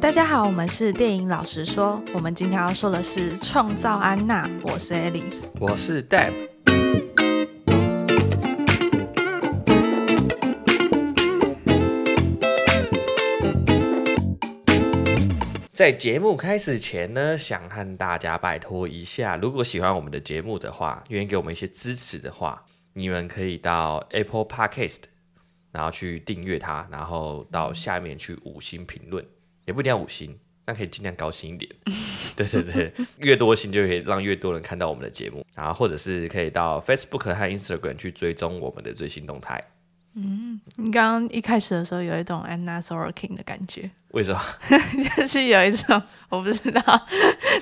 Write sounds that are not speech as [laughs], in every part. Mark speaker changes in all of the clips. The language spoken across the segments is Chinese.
Speaker 1: 大家好，我们是电影老实说，我们今天要说的是《创造安娜》，我是 Ellie。
Speaker 2: 我是 Deb，在节目开始前呢，想和大家拜托一下，如果喜欢我们的节目的话，愿意给我们一些支持的话，你们可以到 Apple Podcast，然后去订阅它，然后到下面去五星评论，也不一定要五星，但可以尽量高星一点。对对对，越多星就可以让越多人看到我们的节目，然后或者是可以到 Facebook 和 Instagram 去追踪我们的最新动态。
Speaker 1: 你刚刚一开始的时候有一种 Anna Sorokin 的感觉， [laughs]
Speaker 2: 为什么？
Speaker 1: 就是有一种我不知道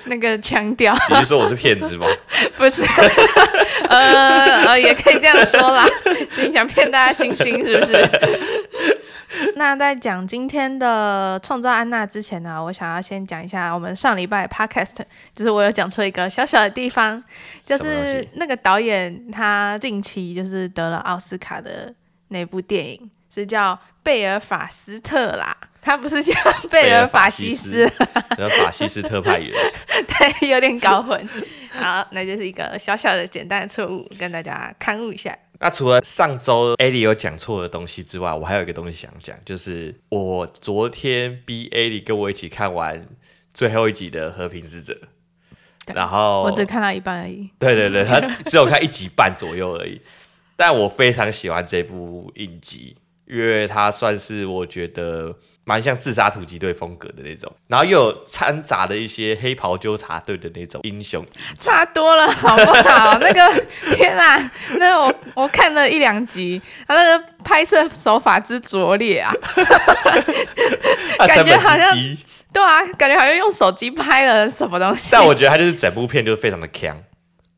Speaker 1: 那个腔调，
Speaker 2: 你是说我是骗
Speaker 1: [laughs]
Speaker 2: 子吗？
Speaker 1: 不是，呃呃，也可以这样说啦。 [laughs] 你想骗大家信心是不是？ [laughs] 那在讲今天的创造安娜之前呢，我想要先讲一下我们上礼拜 podcast，就是我有讲出一个小小的地方，就
Speaker 2: 什么东
Speaker 1: 是
Speaker 2: 西
Speaker 1: 那个导演他近期就是得了奥斯卡的那部电影是叫《贝尔法斯特》啦，他不是叫
Speaker 2: [laughs]
Speaker 1: 贝尔法西斯，
Speaker 2: 然后法西斯特派员，
Speaker 1: [laughs] 对，有点搞混。好，那就是一个小小的简单的错误，跟大家刊物一下。
Speaker 2: 那除了上周 a l i 有讲错的东西之外，我还有一个东西想讲，就是我昨天逼 a l i 跟我一起看完最后一集的《和平使者》，
Speaker 1: 对
Speaker 2: 然后
Speaker 1: 我只看到一半而已。
Speaker 2: 对对对，他只有看一集半左右而已。但我非常喜欢这部影集，因为它算是我觉得蛮像自杀突击队风格的那种，然后又有掺杂的一些黑袍纠察队的那种英雄。
Speaker 1: 差多了，好不好？ [laughs] 那个天啊，那我我看了一两集，他那个拍摄手法之拙劣啊，
Speaker 2: 它成
Speaker 1: 感觉
Speaker 2: 本
Speaker 1: 好像
Speaker 2: 之低，
Speaker 1: 对啊，感觉好像用手机拍了什么东西。
Speaker 2: 但我觉得它就是整部片就是非常的强，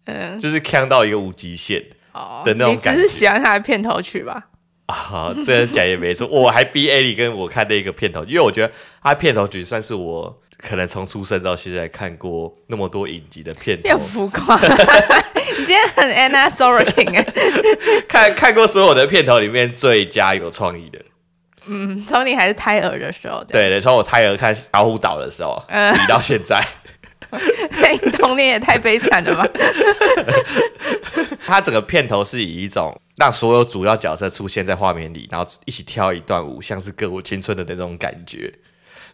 Speaker 1: 嗯，
Speaker 2: 就是强到一个无极限
Speaker 1: 哦，
Speaker 2: 的那种
Speaker 1: 你只
Speaker 2: 感
Speaker 1: 是
Speaker 2: 觉
Speaker 1: 喜欢他的片头曲吧？
Speaker 2: 啊！这样讲也没错，我还逼艾莉跟我看那个片头，因为我觉得它片头曲算是我可能从出生到现在看过那么多影集的片
Speaker 1: 你很
Speaker 2: 头。
Speaker 1: 浮
Speaker 2: [laughs]
Speaker 1: 夸，你今天很 Anna Sorokin 哎，
Speaker 2: 看看过所有的片头里面最佳有创意的，
Speaker 1: [laughs] 嗯，从你还是胎儿的时候，这样，
Speaker 2: 对对，从我胎儿看《老虎岛》的时候， [laughs]
Speaker 1: 嗯
Speaker 2: 比到现在，
Speaker 1: [laughs] 你童年也太悲惨了吧？
Speaker 2: 它整个片头是以一种让所有主要角色出现在画面里，然后一起跳一段舞，像是歌舞青春的那种感觉。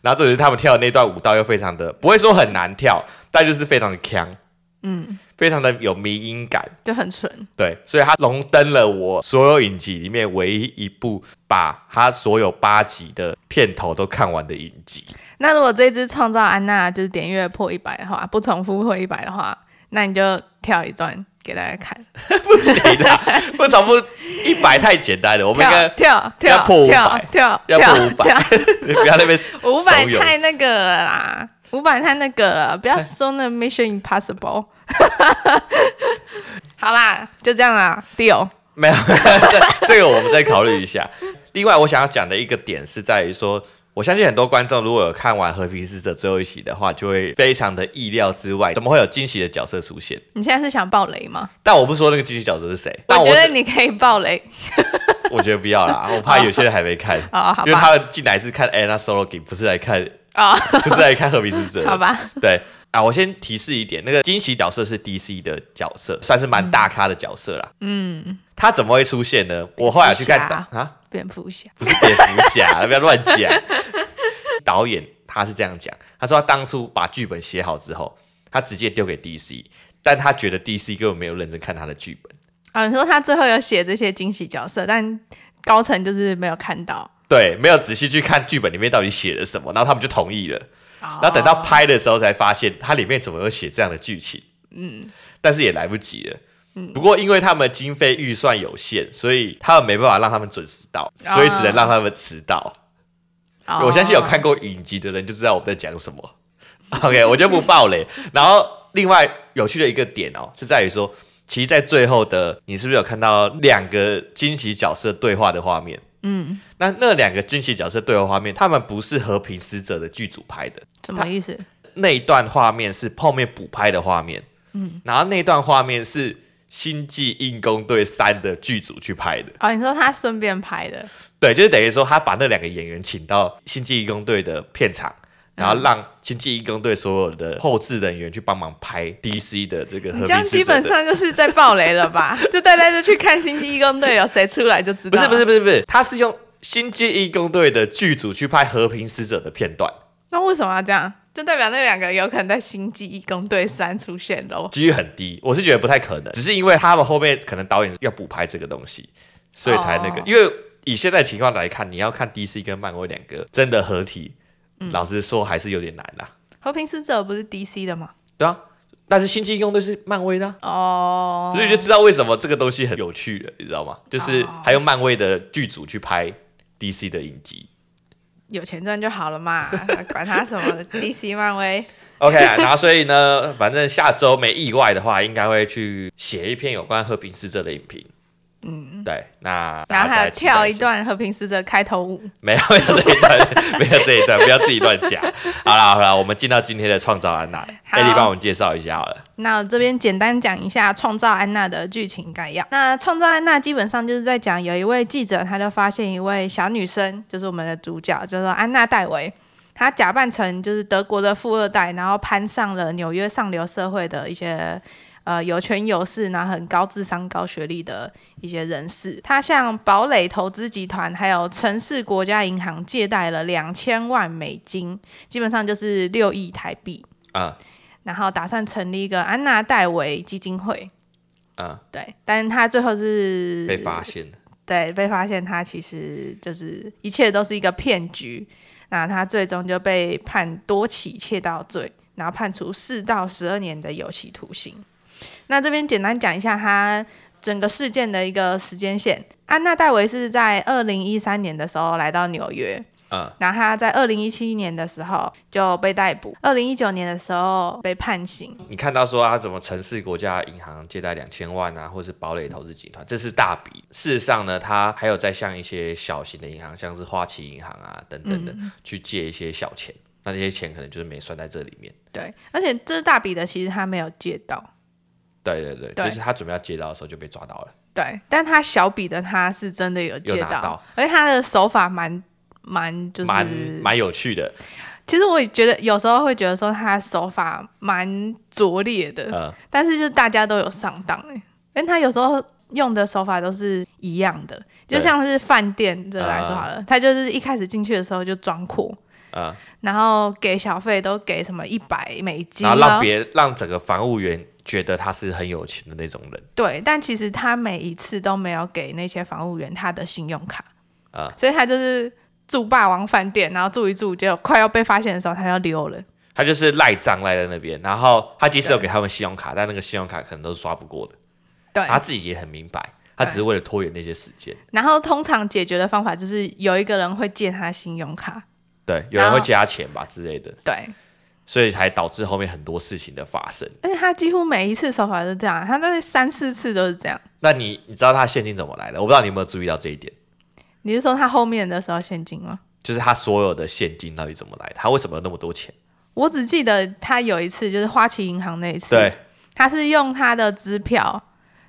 Speaker 2: 然后这就是他们跳的那段舞蹈又非常的不会说很难跳，但就是非常的强，
Speaker 1: 嗯，
Speaker 2: 非常的有迷音感。
Speaker 1: 就很蠢，
Speaker 2: 对，所以它荣登了我所有影集里面唯一一部把它所有八集的片头都看完的影集。
Speaker 1: 那如果这支创造安娜就是点阅破一百的话，不重复破一百的话，那你就跳一段给大家看，
Speaker 2: [laughs] 不行
Speaker 1: [laughs]
Speaker 2: 啦，不重复一百太简单了，我们应
Speaker 1: 跳
Speaker 2: 该
Speaker 1: 跳跳
Speaker 2: 要破
Speaker 1: 跳
Speaker 2: 500
Speaker 1: 跳
Speaker 2: 要破
Speaker 1: 跳
Speaker 2: 五 [laughs] 百，不要那边
Speaker 1: [laughs] 五百
Speaker 2: 手游
Speaker 1: 太那个了啦，五百太那个了，不要说那 Mission Impossible。好啦，就这样啦，deal。
Speaker 2: 没有，这 [laughs] 这个我们再考虑一下。另外，我想要讲的一个点是在于说，我相信很多观众如果有看完《和平使者》最后一集的话，就会非常的意料之外，怎么会有惊喜的角色出现？
Speaker 1: 你现在是想爆雷吗？
Speaker 2: 但我不说那个惊喜角色是谁，
Speaker 1: 我
Speaker 2: 但我
Speaker 1: 觉得
Speaker 2: 只
Speaker 1: 你可以爆雷。 [laughs]
Speaker 2: 我觉得不要啦，我怕有些人还没看，
Speaker 1: 哦，好
Speaker 2: 因为
Speaker 1: 吧，
Speaker 2: 他们进来是看 Anna Solo g 不是来看，
Speaker 1: 哦， [laughs]
Speaker 2: 不是来看《和平使者》的
Speaker 1: 好吧，
Speaker 2: 对啊，我先提示一点，那个惊喜角色是 DC 的角色，算是蛮大咖的角色啦。
Speaker 1: 嗯，
Speaker 2: 他怎么会出现呢？我后来有去
Speaker 1: 蝙
Speaker 2: 看
Speaker 1: 蝠
Speaker 2: 导啊，
Speaker 1: 蝙蝠侠，
Speaker 2: 不是蝙蝠侠，不 [laughs] 要乱讲。导演他是这样讲，他说他当初把剧本写好之后，他直接丢给 DC，但他觉得 DC 根本没有认真看他的剧本。
Speaker 1: 啊，你说他最后有写这些惊喜角色，但高层就是没有看到。
Speaker 2: 对，没有仔细去看剧本里面到底写了什么，然后他们就同意了。
Speaker 1: 然
Speaker 2: 然后等到拍的时候才发现，它里面怎么有写这样的剧情？嗯，但是也来不及了。不过因为他们经费预算有限，所以他们没办法让他们准时到，
Speaker 1: 啊
Speaker 2: 所以只能让他们迟到。
Speaker 1: 哦
Speaker 2: 我相信有看过影集的人就知道我们在讲什么。OK，我就不爆雷。然后另外有趣的一个点哦，是在于说，其实，在最后的你是不是有看到两个惊喜角色对话的画面？
Speaker 1: 嗯，
Speaker 2: 那那两个惊喜角色对话画面，他们不是和平使者的剧组拍的，
Speaker 1: 什么意思？
Speaker 2: 那一段画面是后面补拍的画面，嗯，然后那段画面是《星际硬攻队三》的剧组去拍的，
Speaker 1: 哦，你说他顺便拍的，嗯
Speaker 2: 对，就是等于说他把那两个演员请到《星际义工队》的片场，然后让星际义工队所有的后置人员去帮忙拍 DC 的这个
Speaker 1: 你
Speaker 2: 和平
Speaker 1: 这样
Speaker 2: 使
Speaker 1: 基
Speaker 2: 者
Speaker 1: 本
Speaker 2: 的
Speaker 1: 上就是在爆雷了 [laughs] 吧？就大家就去看《星际义工队》有谁出来就知
Speaker 2: 不
Speaker 1: 道。
Speaker 2: 是不是，不是不是，他是用星际义工队的剧组去拍和平使者的片段，
Speaker 1: 那为什么要这样？就代表那两个有可能在《星际义工队三》出现喽。
Speaker 2: 几率很低，我是觉得不太可能，只是因为他们后面可能导演要补拍这个东西，所以才那个，
Speaker 1: 哦
Speaker 2: 因为以现在情况来看，你要看 DC 跟漫威两个真的合体，
Speaker 1: 嗯
Speaker 2: 老实说还是有点难啦、
Speaker 1: 和平使者不是 DC 的吗？
Speaker 2: 对啊，但是星际义工队是漫威的啊、
Speaker 1: 哦，哦
Speaker 2: 所以就知道为什么这个东西很有趣了，你知道吗？就是还有漫威的剧组去拍 DC 的影集。
Speaker 1: 有钱赚就好了嘛，管他什么 DC 漫威。
Speaker 2: OK，啊然后所以呢，反正下周没意外的话，应该会去写一篇有关和平使者的影评。嗯，对，那
Speaker 1: 然后还有
Speaker 2: 大家再期待
Speaker 1: 跳一
Speaker 2: 下，
Speaker 1: 段和平使者开头舞，
Speaker 2: 没有没有这一段， [laughs] 没有这一段，不要自己乱讲。好了好了，我们进到今天的创造安娜，
Speaker 1: 好
Speaker 2: 艾莉帮我们介绍一下好了。
Speaker 1: 那我这边简单讲一下《创造安娜》的剧情概要。那《创造安娜》基本上就是在讲有一位记者，他就发现一位小女生，就是我们的主角，叫做安娜戴维。她假扮成就是德国的富二代，然后攀上了纽约上流社会的一些呃有权有势，然后很高智商、高学历的一些人士。他向堡垒投资集团还有城市国家银行借贷了两千万美金，基本上就是六亿台币。
Speaker 2: 啊
Speaker 1: 然后打算成立一个安娜戴维基金会。
Speaker 2: 啊，
Speaker 1: 对，但是他最后是
Speaker 2: 被发现了，
Speaker 1: 对被发现，他其实就是一切都是一个骗局。那他最终就被判多起窃盗罪，然后判处四到十二年的有期徒刑。那这边简单讲一下他整个事件的一个时间线。安娜戴维是在二零一三年的时候来到纽约，
Speaker 2: 啊
Speaker 1: 然后他在二零一七年的时候就被逮捕，二零一九年的时候被判刑。
Speaker 2: 你看到说啊，什么城市国家银行借贷两千万啊，或是堡垒投资集团，这是大笔。事实上呢，它还有在向一些小型的银行，像是花旗银行啊等等的，
Speaker 1: 嗯
Speaker 2: 去借一些小钱。那这些钱可能就是没算在这里面。
Speaker 1: 对，而且这大笔的其实他没有借到，
Speaker 2: 对对对，
Speaker 1: 对
Speaker 2: 就是他准备要借到的时候就被抓到了。
Speaker 1: 对，但他小笔的他是真的有借
Speaker 2: 有拿到
Speaker 1: 而且他的手法蛮蛮就是，
Speaker 2: 蛮蛮有趣
Speaker 1: [laughs]
Speaker 2: 的，
Speaker 1: 其实我也觉得有时候会觉得说他的手法蛮拙劣的，
Speaker 2: 呃，
Speaker 1: 但是就大家都有上当哎、因为他有时候用的手法都是一样的，就
Speaker 2: 对呃
Speaker 1: 像是饭店这个来说好了，他就是一开始进去的时候就装阔。
Speaker 2: 啊
Speaker 1: 然后给小费都给什么一百美金
Speaker 2: 然
Speaker 1: 啊，
Speaker 2: 后让别让整个防务员觉得他是很有钱的那种人，
Speaker 1: 对，但其实他每一次都没有给那些房务员他的信用卡
Speaker 2: 啊
Speaker 1: 所以他就是住霸王饭店，然后住一住，结果快要被发现的时候，他要溜了。
Speaker 2: 他就是赖账赖在那边。然后他即使有给他们信用卡，但那个信用卡可能都是刷不过的。
Speaker 1: 对，
Speaker 2: 他自己也很明白，他只是为了拖延那些时间。
Speaker 1: 然后通常解决的方法就是有一个人会借他信用卡，哎
Speaker 2: 对，有人会加钱吧之类的，
Speaker 1: 对，
Speaker 2: 所以才导致后面很多事情的发生。
Speaker 1: 而且他几乎每一次手法都这样，他大概三四次都是这样。
Speaker 2: 那你你知道他现金怎么来的？我不知道你有没有注意到这一点，
Speaker 1: 你是说他后面的时候现金吗？
Speaker 2: 就是他所有的现金到底怎么来的？他为什么有那么多钱？
Speaker 1: 我只记得他有一次就是花旗银行那一次，
Speaker 2: 对，
Speaker 1: 他是用他的支票，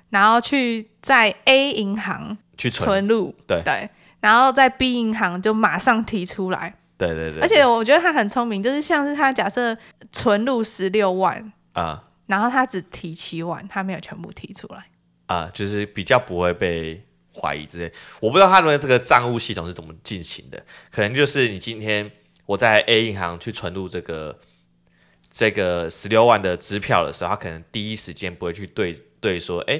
Speaker 1: 然后去在 A 银行
Speaker 2: 去存。
Speaker 1: 存入，
Speaker 2: 对
Speaker 1: 然后在 B 银行就马上提出来，
Speaker 2: 对对对，
Speaker 1: 而且我觉得他很聪明，就是像是他假设存入十六万，
Speaker 2: 啊
Speaker 1: 然后他只提七万，他没有全部提出来。
Speaker 2: 啊，就是比较不会被怀疑之类。我不知道他们这个账务系统是怎么进行的，可能就是你今天我在 A 银行去存入这个这个十六万的支票的时候，他可能第一时间不会去对对说，哎、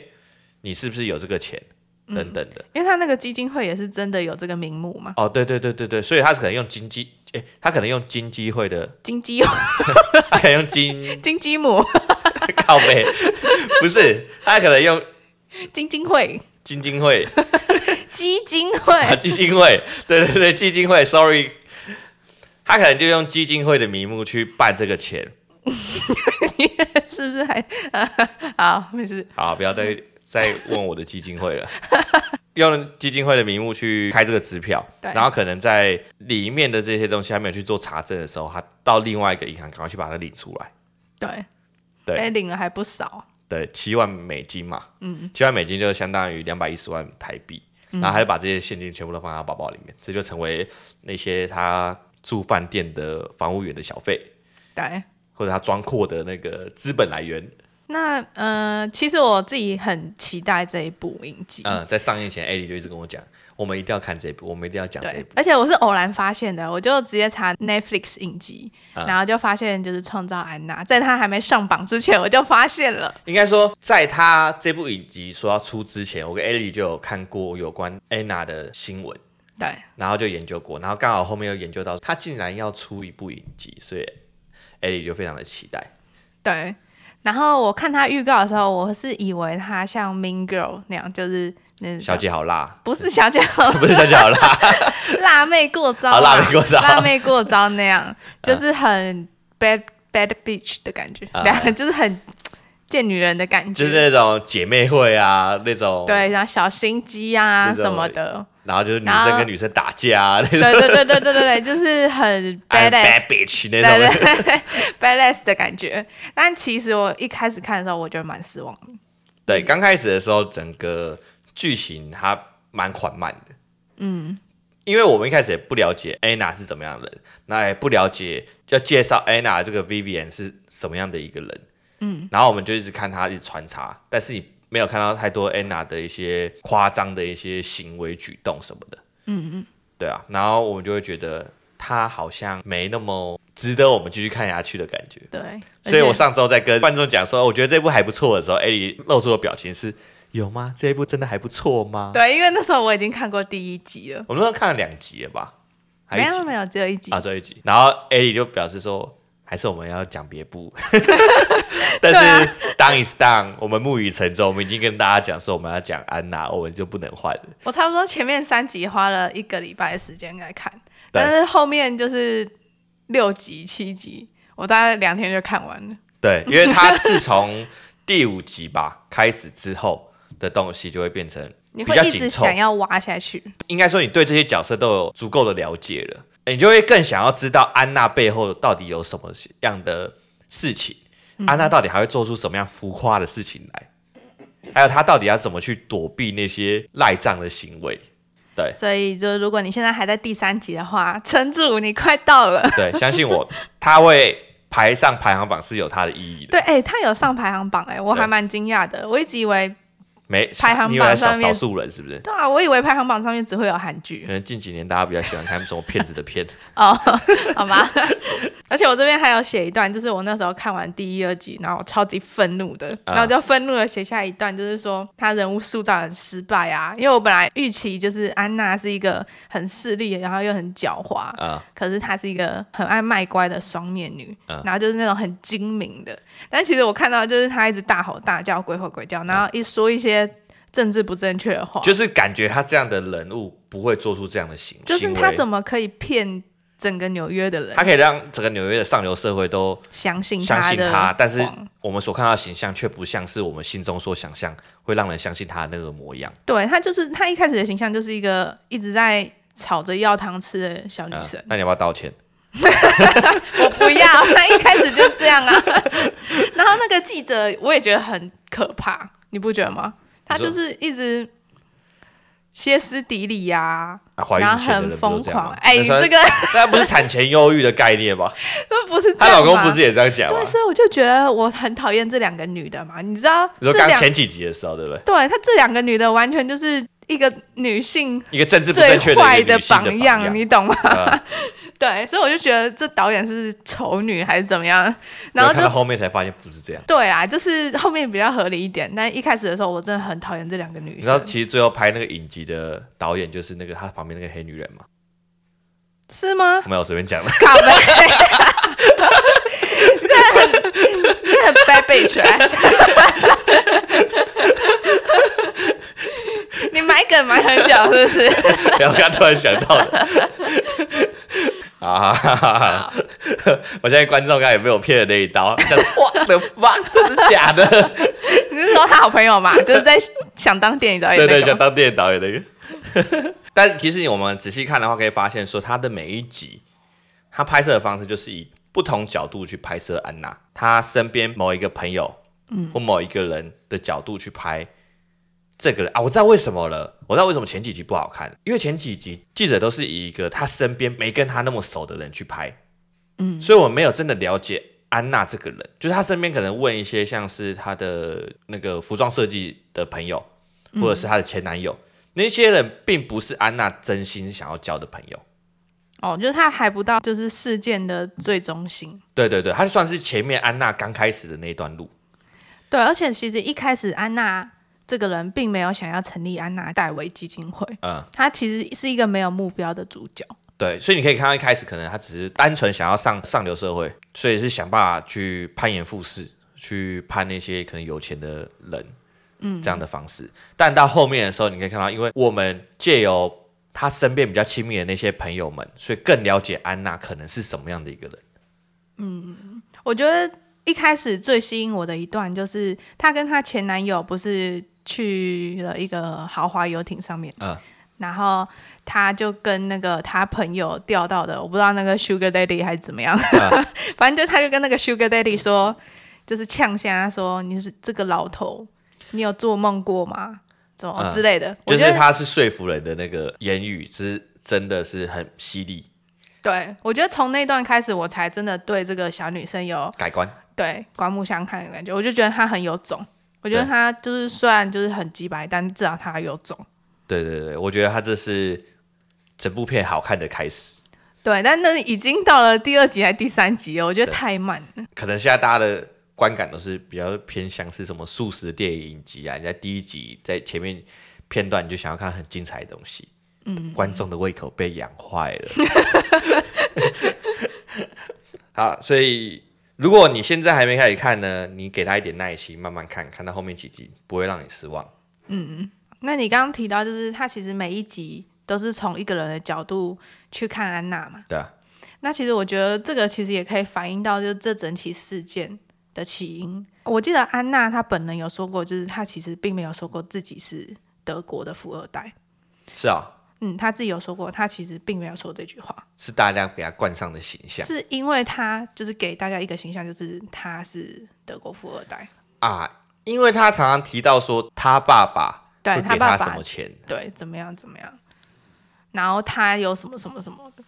Speaker 2: 你是不是有这个钱等等的。
Speaker 1: 因为他那个基金会也是真的有这个名目嘛，
Speaker 2: 哦，对对对对对，所以他是可能用经济，哎、他可能用经济会的， [laughs]
Speaker 1: 金鸡
Speaker 2: 他可能用金 [laughs]
Speaker 1: 金鸡母
Speaker 2: 靠背，不是，他可能用
Speaker 1: 金金会
Speaker 2: 基金会
Speaker 1: 基金
Speaker 2: 啊，
Speaker 1: 会，
Speaker 2: 基金会， [laughs] 对对对，基金会，sorry，他可能就用基金会的名目去办这个钱。
Speaker 1: [laughs] 是不是 [laughs] 还、好没事？
Speaker 2: 好，不要再再问我的基金会了，用基金会的名目去开这个支票，
Speaker 1: 对
Speaker 2: 然后可能在里面的这些东西还没有去做查证的时候，他到另外一个银行赶快去把它领出来。
Speaker 1: 对，
Speaker 2: 对
Speaker 1: 哎，领了还不少，
Speaker 2: 对，七万美金嘛，嗯，七万美金就相当于两百一十万台币，然后他就把这些现金全部都放在他包包里面，这就成为那些他住饭店的房务员的小费，
Speaker 1: 对。
Speaker 2: 或者他装阔的那个资本来源。
Speaker 1: 那呃，其实我自己很期待这一部影集，
Speaker 2: 嗯，在上映前艾莉就一直跟我讲，我们一定要看这一部，我们一定要讲这一
Speaker 1: 对
Speaker 2: 部，。
Speaker 1: 而且我是偶然发现的，我就直接查 Netflix 影集，
Speaker 2: 啊
Speaker 1: 然后就发现就是《创造安娜》，在她还没上榜之前我就发现了。
Speaker 2: 应该说，在他这部影集说要出之前，我跟艾莉就有看过有关 Anna 的新闻，
Speaker 1: 对，
Speaker 2: 然后就研究过，然后刚好后面又研究到他竟然要出一部影集，所以艾莉就非常的期待。
Speaker 1: 对，然后我看他预告的时候，我是以为他像 Mean Girl 那样，就是那
Speaker 2: 小，姐好辣，
Speaker 1: 不是小姐，
Speaker 2: [laughs] 不是小姐
Speaker 1: [laughs]
Speaker 2: 好辣，
Speaker 1: 辣妹过招
Speaker 2: 好
Speaker 1: 啦，
Speaker 2: 辣妹过招嗯
Speaker 1: 辣妹过招那
Speaker 2: [laughs]
Speaker 1: 样，就是很 bad bad bitch 的感觉，
Speaker 2: 啊
Speaker 1: 两、个就是很贱女人的感觉，
Speaker 2: 就是那种姐妹会啊，那种，
Speaker 1: 对，然后小心机啊
Speaker 2: 这种
Speaker 1: 什么的，
Speaker 2: 然后就是女
Speaker 1: 然
Speaker 2: 生
Speaker 1: 后
Speaker 2: 跟女生打架啊，那 [laughs]
Speaker 1: 对
Speaker 2: 种
Speaker 1: 对对对对对对，就是很
Speaker 2: I'm
Speaker 1: badass
Speaker 2: bad bitch
Speaker 1: 对
Speaker 2: 那
Speaker 1: 对
Speaker 2: 种。
Speaker 1: 对 [laughs] ，badass 的感觉。但其实我一开始看的时候，我觉得蛮失望的。
Speaker 2: 对，刚开始的时候，整个剧情它蛮缓慢的。嗯，因为我们一开始也不了解 Anna 是怎么样的人，那也不了解要介绍 Anna 这个 Vivian 是什么样的一个人。嗯，然后我们就一直看她一直穿插，但是你没有看到太多 Anna 的一些夸张的一些行为举动什么的。嗯嗯，对啊，然后我们就会觉得她好像没那么值得我们继续看下去的感觉。
Speaker 1: 对，
Speaker 2: 所以我
Speaker 1: 而且
Speaker 2: 上周在跟观众讲说，我觉得这部还不错的时候，艾莉露出的表情是：有吗？这一部真的还不错吗？
Speaker 1: 对，因为那时候我已经看过第一集了，
Speaker 2: 我们都看了两集了吧？还一
Speaker 1: 没
Speaker 2: 集
Speaker 1: 有没有，只有一集。
Speaker 2: 啊，最后一集。然后艾莉就表示说，还是我们要讲
Speaker 1: [laughs]
Speaker 2: 别部。但
Speaker 1: 对啊
Speaker 2: 是、down is down，我们木已成舟，我们已经跟大家讲说我们要讲安娜，我们就不能换了。
Speaker 1: 我差不多前面三集花了一个礼拜的时间来看，
Speaker 2: 对
Speaker 1: 但是后面就是六集七集，我大概两天就看完了。
Speaker 2: 对，因为他自从第五集吧开始之后的东西就会变成
Speaker 1: [laughs] 你
Speaker 2: 比
Speaker 1: 会
Speaker 2: 较
Speaker 1: 一
Speaker 2: 紧
Speaker 1: 直
Speaker 2: 凑
Speaker 1: 想要挖下去，
Speaker 2: 应该说你对这些角色都有足够的了解了，你就会更想要知道安娜背后到底有什么样的事情，
Speaker 1: 嗯
Speaker 2: 安娜到底还会做出什么样浮夸的事情来，还有她到底要怎么去躲避那些赖账的行为。对
Speaker 1: 所以就如果你现在还在第三集的话，撑住，你快到了。
Speaker 2: 对，相
Speaker 1: [laughs]
Speaker 2: 信我，她会排上排行榜是有她的意义的。
Speaker 1: 对，哎、他有上排行榜、哎，我
Speaker 2: 对
Speaker 1: 还蛮惊讶的。我一直以为，
Speaker 2: 没
Speaker 1: 排行
Speaker 2: 因为
Speaker 1: 榜
Speaker 2: 少
Speaker 1: 上面
Speaker 2: 少数人是不是？
Speaker 1: 对啊，我以为排行榜上面只会有韩剧
Speaker 2: 可能近几年大家比较喜欢看什么骗子的片，
Speaker 1: 哦，好吧。 [laughs] 而且我这边还有写一段，就是我那时候看完第一、二集，然后我超级愤怒的，
Speaker 2: 啊
Speaker 1: 然后我就愤怒的写下一段，就是说他人物塑造很失败啊，因为我本来预期就是安娜是一个很势利，然后又很狡猾，
Speaker 2: 啊
Speaker 1: 可是她是一个很爱卖乖的双面女，
Speaker 2: 嗯
Speaker 1: 然后就是那种很精明的。但其实我看到就是她一直大吼大叫、鬼吼鬼叫，然后一说一些政治不正确的话，
Speaker 2: 嗯就是感觉她这样的人物不会做出这样的行，
Speaker 1: 就是
Speaker 2: 行
Speaker 1: 她
Speaker 2: 为
Speaker 1: 怎么可以骗整个纽约的人
Speaker 2: 他可以让整个纽约的上流社会都
Speaker 1: 相信
Speaker 2: 相信
Speaker 1: 的
Speaker 2: 他，但是
Speaker 1: 谎
Speaker 2: 我们所看到的形象却不像是我们心中所想象会让人相信他的那个模样。
Speaker 1: 对她就是她一开始的形象就是一个一直在吵着要糖吃的小女
Speaker 2: 啊
Speaker 1: 生。
Speaker 2: 那你要不要道歉？
Speaker 1: 我不要，她一开始就这样啊。然后那个记者我也觉得很可怕，你不觉得吗？他
Speaker 2: 你说
Speaker 1: 就是一直歇斯底里呀、
Speaker 2: 啊，怀
Speaker 1: 然
Speaker 2: 孕
Speaker 1: 后
Speaker 2: 前的
Speaker 1: 很
Speaker 2: 人不
Speaker 1: 疯
Speaker 2: 都这样
Speaker 1: 狂
Speaker 2: 吗？。
Speaker 1: 哎、
Speaker 2: 那算 [laughs]
Speaker 1: 这个
Speaker 2: 那不是产前忧郁的概念
Speaker 1: [laughs]
Speaker 2: 吗？
Speaker 1: 都不是这
Speaker 2: 她
Speaker 1: 样
Speaker 2: 老公
Speaker 1: 吧
Speaker 2: 不是也这样讲吗
Speaker 1: 对，？所以我就觉得我很讨厌这两个女的嘛，你知道
Speaker 2: 你说
Speaker 1: 这
Speaker 2: 刚
Speaker 1: 两
Speaker 2: 前几集的时候，对不对？
Speaker 1: 对她这两个女的完全就是一个女性
Speaker 2: 一个政治不
Speaker 1: 最
Speaker 2: 正确
Speaker 1: 坏
Speaker 2: 一个女性的
Speaker 1: 榜样，
Speaker 2: 样，
Speaker 1: 你懂吗？
Speaker 2: 啊
Speaker 1: 对，所以我就觉得这导演是丑女还是怎么样， [laughs] 然
Speaker 2: 然
Speaker 1: 后
Speaker 2: 后看
Speaker 1: 就
Speaker 2: 到后面才发现不是这样。
Speaker 1: 对啦，就是后面比较合理一点，但一开始的时候我真的很讨厌这两个女
Speaker 2: 你知道，
Speaker 1: 生，
Speaker 2: 其实最后拍那个影集的导演就是那个他旁边那个黑女人嘛？
Speaker 1: 是吗？
Speaker 2: 没有，我随便讲的。
Speaker 1: 靠背，你这很你这很 bad bitch，欸你买梗买很久是不是？
Speaker 2: [laughs] 然后刚突然想到的。啊！哈哈哈！ [laughs] 我相信观众刚才也被我骗了那一刀，想说哇的妈，真的假的？
Speaker 1: 你是说他好朋友嘛？就是在想当电影导演
Speaker 2: 对
Speaker 1: 那
Speaker 2: 对，
Speaker 1: 个
Speaker 2: 想
Speaker 1: 吗。
Speaker 2: 当电影导演那个。 [laughs] 但其实我们仔细看的话，可以发现说，他的每一集，他拍摄的方式就是以不同角度去拍摄安娜，他身边某一个朋友，嗯，或某一个人的角度去拍这个人啊，我知道为什么了，我知道为什么前几集不好看，因为前几集记者都是以一个他身边没跟他那么熟的人去拍，嗯，所以我没有真的了解安娜这个人，就是他身边可能问一些像是他的那个服装设计的朋友，或者是他的前男友，那些人并不是安娜真心想要交的朋友。
Speaker 1: 哦，就是他还不到就是事件的最中心。
Speaker 2: 对对对，他算是前面安娜刚开始的那一段路。
Speaker 1: 对，而且其实一开始安娜这个人并没有想要成立安娜戴维基金会，
Speaker 2: 嗯，
Speaker 1: 他其实是一个没有目标的主角。
Speaker 2: 对，所以你可以看到一开始可能他只是单纯想要上上流社会，所以是想办法去攀岩附势，去攀那些可能有钱的人，嗯，这样的方式。但到后面的时候，你可以看到，因为我们借由他身边比较亲密的那些朋友们，所以更了解安娜可能是什么样的一个人。
Speaker 1: 我觉得一开始最吸引我的一段就是她跟她前男友不是去了一个豪华游艇上面，
Speaker 2: 嗯
Speaker 1: 然后她就跟那个她朋友钓到的，我不知道那个 Sugar Daddy 还是怎么样，
Speaker 2: 嗯
Speaker 1: [laughs] 反正就她就跟那个 Sugar Daddy 说，就是呛下他说你是这个老头，你有做梦过吗？怎么、
Speaker 2: 嗯
Speaker 1: 之类的？我
Speaker 2: 就是
Speaker 1: 觉得
Speaker 2: 他是说服人的那个言语，之真的是很犀利，
Speaker 1: 对，我觉得从那段开始，我才真的对这个小女生有
Speaker 2: 改观。
Speaker 1: 对刮目相看的感觉。我就觉得他很有种，我觉得
Speaker 2: 对
Speaker 1: 他就是虽然就是很鸡白，但至少他有种。
Speaker 2: 对对对，我觉得他这是整部片好看的开始。
Speaker 1: 对，但那已经到了第二集还是第三集了，我觉得
Speaker 2: 对
Speaker 1: 太慢了。
Speaker 2: 可能现在大家的观感都是比较偏向是什么素食电影影集啊，你在第一集在前面片段你就想要看很精彩的东西，嗯，观众的胃口被养坏了。 [laughs] 好，所以如果你现在还没开始看呢，你给他一点耐心，慢慢看，看到后面几集不会让你失望。
Speaker 1: 那你刚刚提到，就是他其实每一集都是从一个人的角度去看安娜嘛。
Speaker 2: 对啊，
Speaker 1: 那其实我觉得这个其实也可以反映到，就是这整起事件的起因。我记得安娜她本人有说过，就是她其实并没有说过自己是德国的富二代。
Speaker 2: 是啊、
Speaker 1: 嗯，她自己有说过，她其实并没有说这句话。
Speaker 2: 是大家给他冠上的形象
Speaker 1: 是因为他就是给大家一个形象，就是他是德国富二代，
Speaker 2: 啊，因为他常常提到说他爸爸
Speaker 1: 对
Speaker 2: 会
Speaker 1: 他
Speaker 2: 给
Speaker 1: 爸
Speaker 2: 什
Speaker 1: 爸
Speaker 2: 么钱，
Speaker 1: 对怎么样怎么样，然后他有什么什么什么的，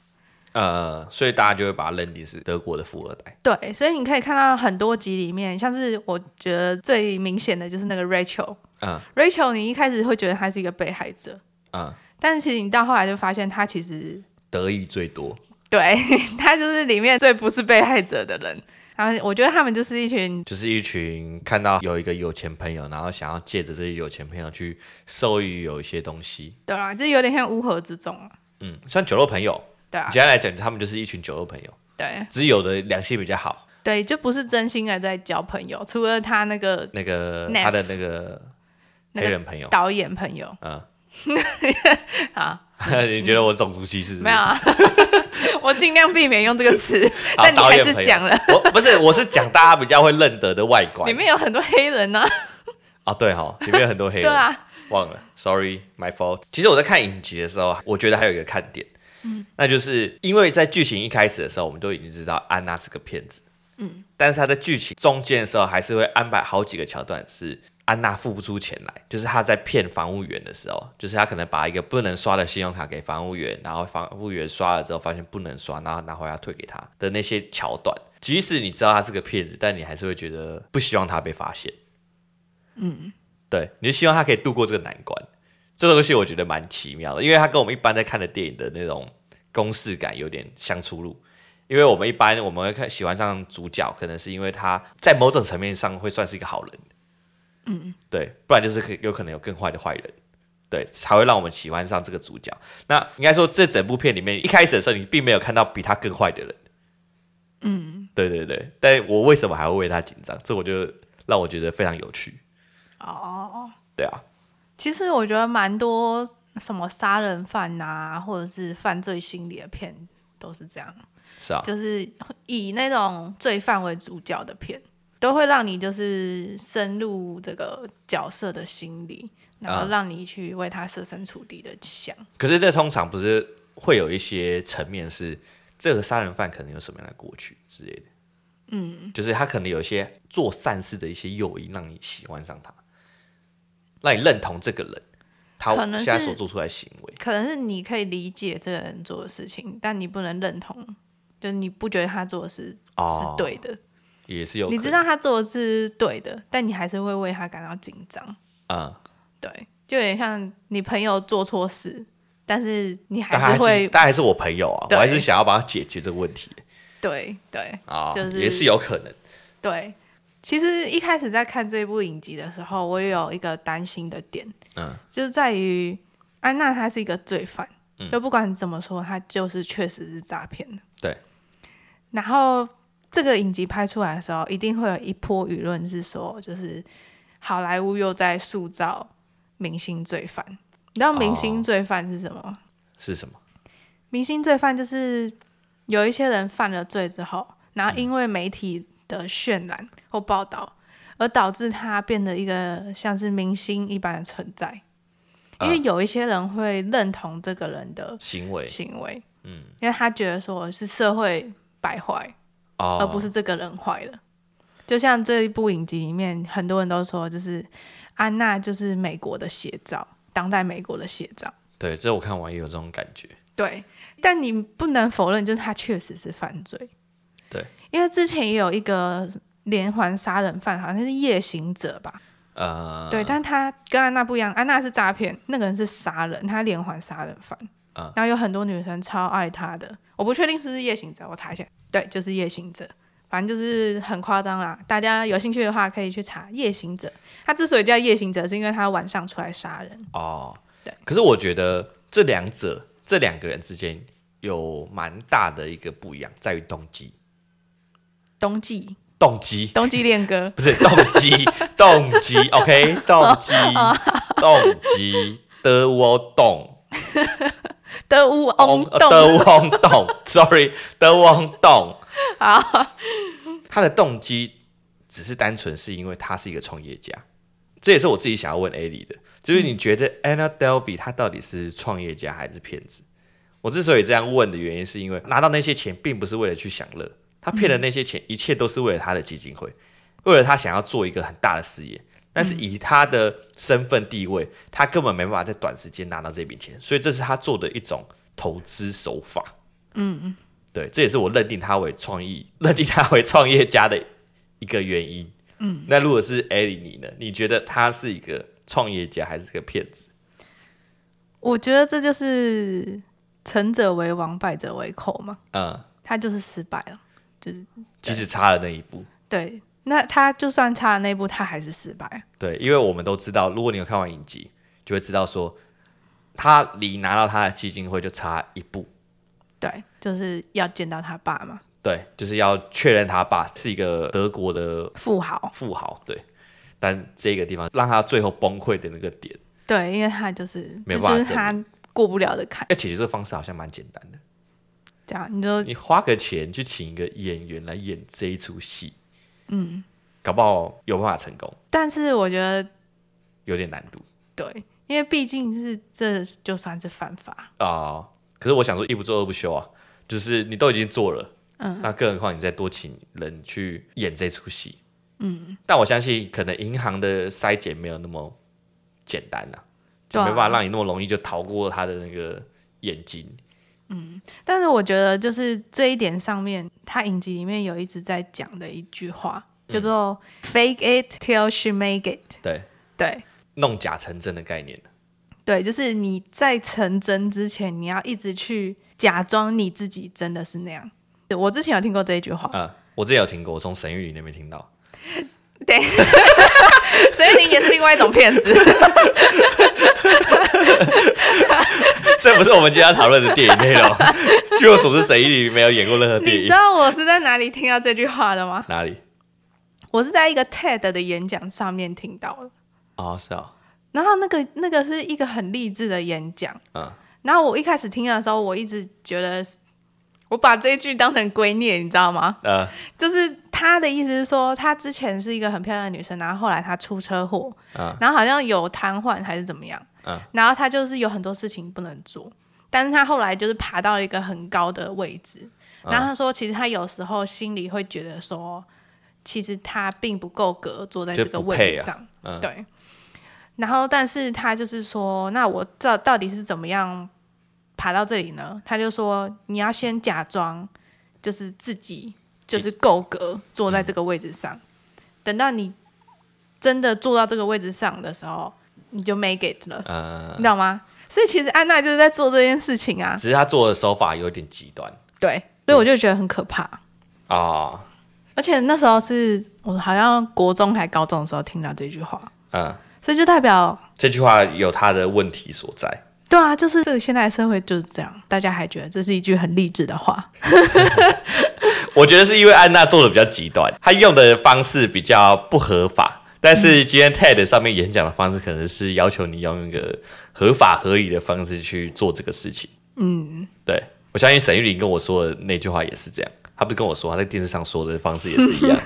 Speaker 2: 呃，所以大家就会把他认定是德国的富二代。
Speaker 1: 对，所以你可以看到很多集里面，像是我觉得最明显的就是那个 Rachel，Rachel
Speaker 2: 嗯
Speaker 1: Rachel 你一开始会觉得她是一个被害者，
Speaker 2: 嗯，
Speaker 1: 但是其实你到后来就发现她其实
Speaker 2: 得意最多。
Speaker 1: 对 [laughs] 她就是里面最不是被害者的人，然后我觉得他们就是一群
Speaker 2: 就是一群看到有一个有钱朋友，然后想要借着这些有钱朋友去受益有一些东西。
Speaker 1: 对啊，就有点像乌合之众啊，
Speaker 2: 嗯，算酒肉朋友。
Speaker 1: 对啊，
Speaker 2: 简单来讲，他们就是一群酒肉朋友，
Speaker 1: 对。
Speaker 2: 只是有的良心比较好。
Speaker 1: 对，就不是真心的在交朋友，除了他那个
Speaker 2: 那个
Speaker 1: Neff
Speaker 2: 他的那个
Speaker 1: 那
Speaker 2: 黑
Speaker 1: 个
Speaker 2: 人朋友，
Speaker 1: 导演朋友
Speaker 2: 呃啊， [laughs] 你觉得我种族歧视是不是？
Speaker 1: 没有啊， [laughs] 我尽量避免用这个词，
Speaker 2: 好
Speaker 1: 但你
Speaker 2: 啊导
Speaker 1: 还
Speaker 2: 演
Speaker 1: 是
Speaker 2: 朋友
Speaker 1: 讲了，
Speaker 2: 我不是，我是讲大家比较会认得的外
Speaker 1: [laughs]
Speaker 2: 观
Speaker 1: 里。面有很多黑人呢、啊，
Speaker 2: 啊，对哈，里面有很多黑
Speaker 1: 对
Speaker 2: 人。
Speaker 1: 啊，
Speaker 2: 忘了，sorry my fault。其实我在看影集的时候，我觉得还有一个看点，那就是因为在剧情一开始的时候，我们都已经知道安娜是个骗子，嗯，但是她在剧情中间的时候，还是会安排好几个桥段是。安娜付不出钱来，就是她在骗房务员的时候，就是她可能把一个不能刷的信用卡给房务员，然后房务员刷了之后发现不能刷，然后拿回来退给她的那些桥段。即使你知道她是个骗子，但你还是会觉得不希望她被发现。对，你就希望他可以度过这个难关。这东西我觉得蛮奇妙的，因为它跟我们一般在看的电影的那种公式感有点相出入。因为我们一般我们会看喜欢上主角，可能是因为他在某种层面上会算是一个好人，嗯，对，不然就是可有可能有更坏的坏人，对，才会让我们喜欢上这个主角。那应该说，这整部片里面一开始的时候，你并没有看到比他更坏的人，嗯，对对对。但我为什么还会为他紧张？这我就让我觉得非常有趣，
Speaker 1: 哦，
Speaker 2: 对啊，
Speaker 1: 其实我觉得蛮多什么杀人犯啊，或者是犯罪心理的片都是这样，
Speaker 2: 是啊，
Speaker 1: 就是以那种罪犯为主角的片，都会让你就是深入这个角色的心理，然后
Speaker 2: 啊
Speaker 1: 让你去为他设身处地的想。
Speaker 2: 可是这通常不是会有一些层面是这个杀人犯可能有什么样的过去之类的，嗯，就是他可能有一些做善事的一些诱因，让你喜欢上他。让你认同这个人，他
Speaker 1: 可能
Speaker 2: 现
Speaker 1: 是
Speaker 2: 在所做出来的行为。
Speaker 1: 可能是你可以理解这个人做的事情，但你不能认同，就是你不觉得他做的是、
Speaker 2: 哦
Speaker 1: 是，对的。
Speaker 2: 也是有可
Speaker 1: 你
Speaker 2: 能，
Speaker 1: 知道他做的是对的，但你还是会为他感到紧张。
Speaker 2: 嗯，
Speaker 1: 对，就有点像你朋友做错事，但是你
Speaker 2: 但他
Speaker 1: 还是会
Speaker 2: 但还是我朋友啊，我
Speaker 1: 对
Speaker 2: 还是想要帮他解决这个问题
Speaker 1: 对对
Speaker 2: 啊，
Speaker 1: 就是
Speaker 2: 也是有可能
Speaker 1: 对。其实一开始在看这部影集的时候，我也有一个担心的点，
Speaker 2: 嗯，
Speaker 1: 就是在于安娜她是一个罪犯，
Speaker 2: 嗯
Speaker 1: 就不管怎么说，她就是确实是诈骗的。
Speaker 2: 对。
Speaker 1: 然后这个影集拍出来的时候，一定会有一波舆论是说，就是好莱坞又在塑造明星罪犯。你知道明
Speaker 2: 哦
Speaker 1: 星罪犯是什么吗？
Speaker 2: 是什么？
Speaker 1: 明星罪犯就是有一些人犯了罪之后，然后因为媒体的渲染或报道，而导致他变得一个像是明星一般的存在。因为有一些人会认同这个人的
Speaker 2: 行为
Speaker 1: 行为，嗯，因为他觉得说是社会败坏，
Speaker 2: 哦，
Speaker 1: 而不是这个人坏了。就像这一部影集里面，很多人都说，就是安娜就是美国的写照，当代美国的写照。
Speaker 2: 对，这我看完也有这种感觉。
Speaker 1: 对，但你不能否认，就是他确实是犯罪。
Speaker 2: 对，
Speaker 1: 因为之前也有一个连环杀人犯，好像是夜行者吧？
Speaker 2: 呃，
Speaker 1: 对，但他跟安娜不一样，安娜是诈骗，那个人是杀人，他连环杀人犯。
Speaker 2: 嗯
Speaker 1: 然后有很多女生超爱他的，我不确定是不是夜行者，我查一下。对，就是夜行者，反正就是很夸张啦。大家有兴趣的话可以去查夜行者。他之所以叫夜行者，是因为他晚上出来杀人。
Speaker 2: 哦，
Speaker 1: 对。
Speaker 2: 可是我觉得这两者这两个人之间有蛮大的一个不一样，在于动机，
Speaker 1: 冬季，
Speaker 2: 动机，
Speaker 1: 冬季恋歌
Speaker 2: [laughs] 不是动机，动机，OK，动机，动机的我懂，
Speaker 1: 的乌翁
Speaker 2: 呃
Speaker 1: 洞。
Speaker 2: 的我懂，sorry，的我懂。
Speaker 1: [laughs] 好，
Speaker 2: 他的动机只是单纯是因为他是一个创业家，这也是我自己想要问 A 里的，就是你觉得
Speaker 1: 嗯
Speaker 2: Anna Delvey 他到底是创业家还是骗子？我之所以这样问的原因，是因为拿到那些钱并不是为了去享乐，他骗
Speaker 1: 嗯
Speaker 2: 的那些钱，一切都是为了他的基金会，为了他想要做一个很大的事业。
Speaker 1: 嗯
Speaker 2: 但是以他的身份地位，他根本没办法在短时间拿到这笔钱，所以这是他做的一种投资手法。对，这也是我认定他为创意，认定他为创业家的一个原因。嗯，那如果是艾莉你呢？你觉得他是一个创业家还是个骗子？
Speaker 1: 我觉得这就是成者为王，败者为寇嘛，
Speaker 2: 嗯，
Speaker 1: 他就是失败了。
Speaker 2: 即使差了那一步，
Speaker 1: 对，那他就算差了那一步，他还是失败。
Speaker 2: 对，因为我们都知道，如果你有看完影集，就会知道说，他离拿到他的基金会就差一步。
Speaker 1: 对，就是要见到他爸嘛，
Speaker 2: 对，就是要确认他爸是一个德国的
Speaker 1: 富豪。
Speaker 2: 富豪。对，但这个地方让他最后崩溃的那个点，
Speaker 1: 对，因为他就是，
Speaker 2: 没
Speaker 1: 这
Speaker 2: 有办法
Speaker 1: 就是他过不了的坎。
Speaker 2: 哎，解决这个方式好像蛮简单的。
Speaker 1: 这样，你就
Speaker 2: 你花个钱去请一个演员来演这一出戏，嗯，搞不好有办法成功，
Speaker 1: 但是我觉得
Speaker 2: 有点难度
Speaker 1: 对，因为毕竟是这就算是犯法，
Speaker 2: 啊、可是我想说，一不做二不休啊，就是你都已经做了，嗯，那更何况你再多请人去演这出戏，嗯，但我相信可能银行的筛检没有那么简单呐、就
Speaker 1: 对啊
Speaker 2: 没办法让你那么容易就逃过他的那个眼睛，
Speaker 1: 但是我觉得，就是这一点上面，他影集里面有一直在讲的一句话，叫
Speaker 2: 嗯
Speaker 1: 做 “fake it till she make it”。
Speaker 2: 对，
Speaker 1: 对
Speaker 2: 弄假成真的概念，
Speaker 1: 对，就是你在成真之前，你要一直去假装你自己真的是那样。我之前有听过这一句话，
Speaker 2: 啊、我之前有听过，我从沈玉里那边听到，
Speaker 1: 对，所以你也是另外一种骗子。
Speaker 2: [laughs] 这不是我们今天要讨论的电影内 [laughs] 容。据我所知，沈一里没有演过任何电
Speaker 1: 你知
Speaker 2: 影。
Speaker 1: 道我是在哪里听到这句话的吗？
Speaker 2: 哪里？
Speaker 1: 我是在一个 TED 的演讲上面听到的。
Speaker 2: 哦，是啊、
Speaker 1: 然后那个那个是一个很励志的演讲，
Speaker 2: 嗯
Speaker 1: 然后我一开始听的时候，我一直觉得是我把这一句当成圭臬，你知道吗？
Speaker 2: 呃，
Speaker 1: 就是他的意思是说，她之前是一个很漂亮的女生，然后后来她出车祸，
Speaker 2: 嗯
Speaker 1: 然后好像有瘫痪还是怎么样，
Speaker 2: 嗯
Speaker 1: 然后她就是有很多事情不能做，但是她后来就是爬到了一个很高的位置，
Speaker 2: 啊
Speaker 1: 然后她说，其实她有时候心里会觉得说，其实她并不够格坐在这
Speaker 2: 就
Speaker 1: 个
Speaker 2: 不
Speaker 1: 位
Speaker 2: 配
Speaker 1: 置
Speaker 2: 啊
Speaker 1: 上，对。然后，但是他就是说，那我这到底是怎么样爬到这里呢？他就说，你要先假装就是自己就是够格坐在这个位置上，等到你真的坐到这个位置上的时候，你就 make it 了，
Speaker 2: 呃，
Speaker 1: 你知道吗？所以其实安娜就是在做这件事情啊，
Speaker 2: 只是他做的手法有点极端
Speaker 1: 对，所以我就觉得很可怕。
Speaker 2: 哦，
Speaker 1: 而且那时候是我好像国中还高中的时候听到这句话，
Speaker 2: 嗯，
Speaker 1: 所以就代表
Speaker 2: 这句话有他的问题所在。
Speaker 1: 对啊，就是这个现代社会就是这样，大家还觉得这是一句很励志的话。
Speaker 2: 我觉得是因为安娜做的比较极端，她用的方式比较不合法。但是今天 TED 上面演讲的方式，可能是要求你用一个合法合理的方式去做这个事情。嗯，对，我相信沈玉琳跟我说的那句话也是这样。她不是跟我说，她在电视上说的方式也是一样。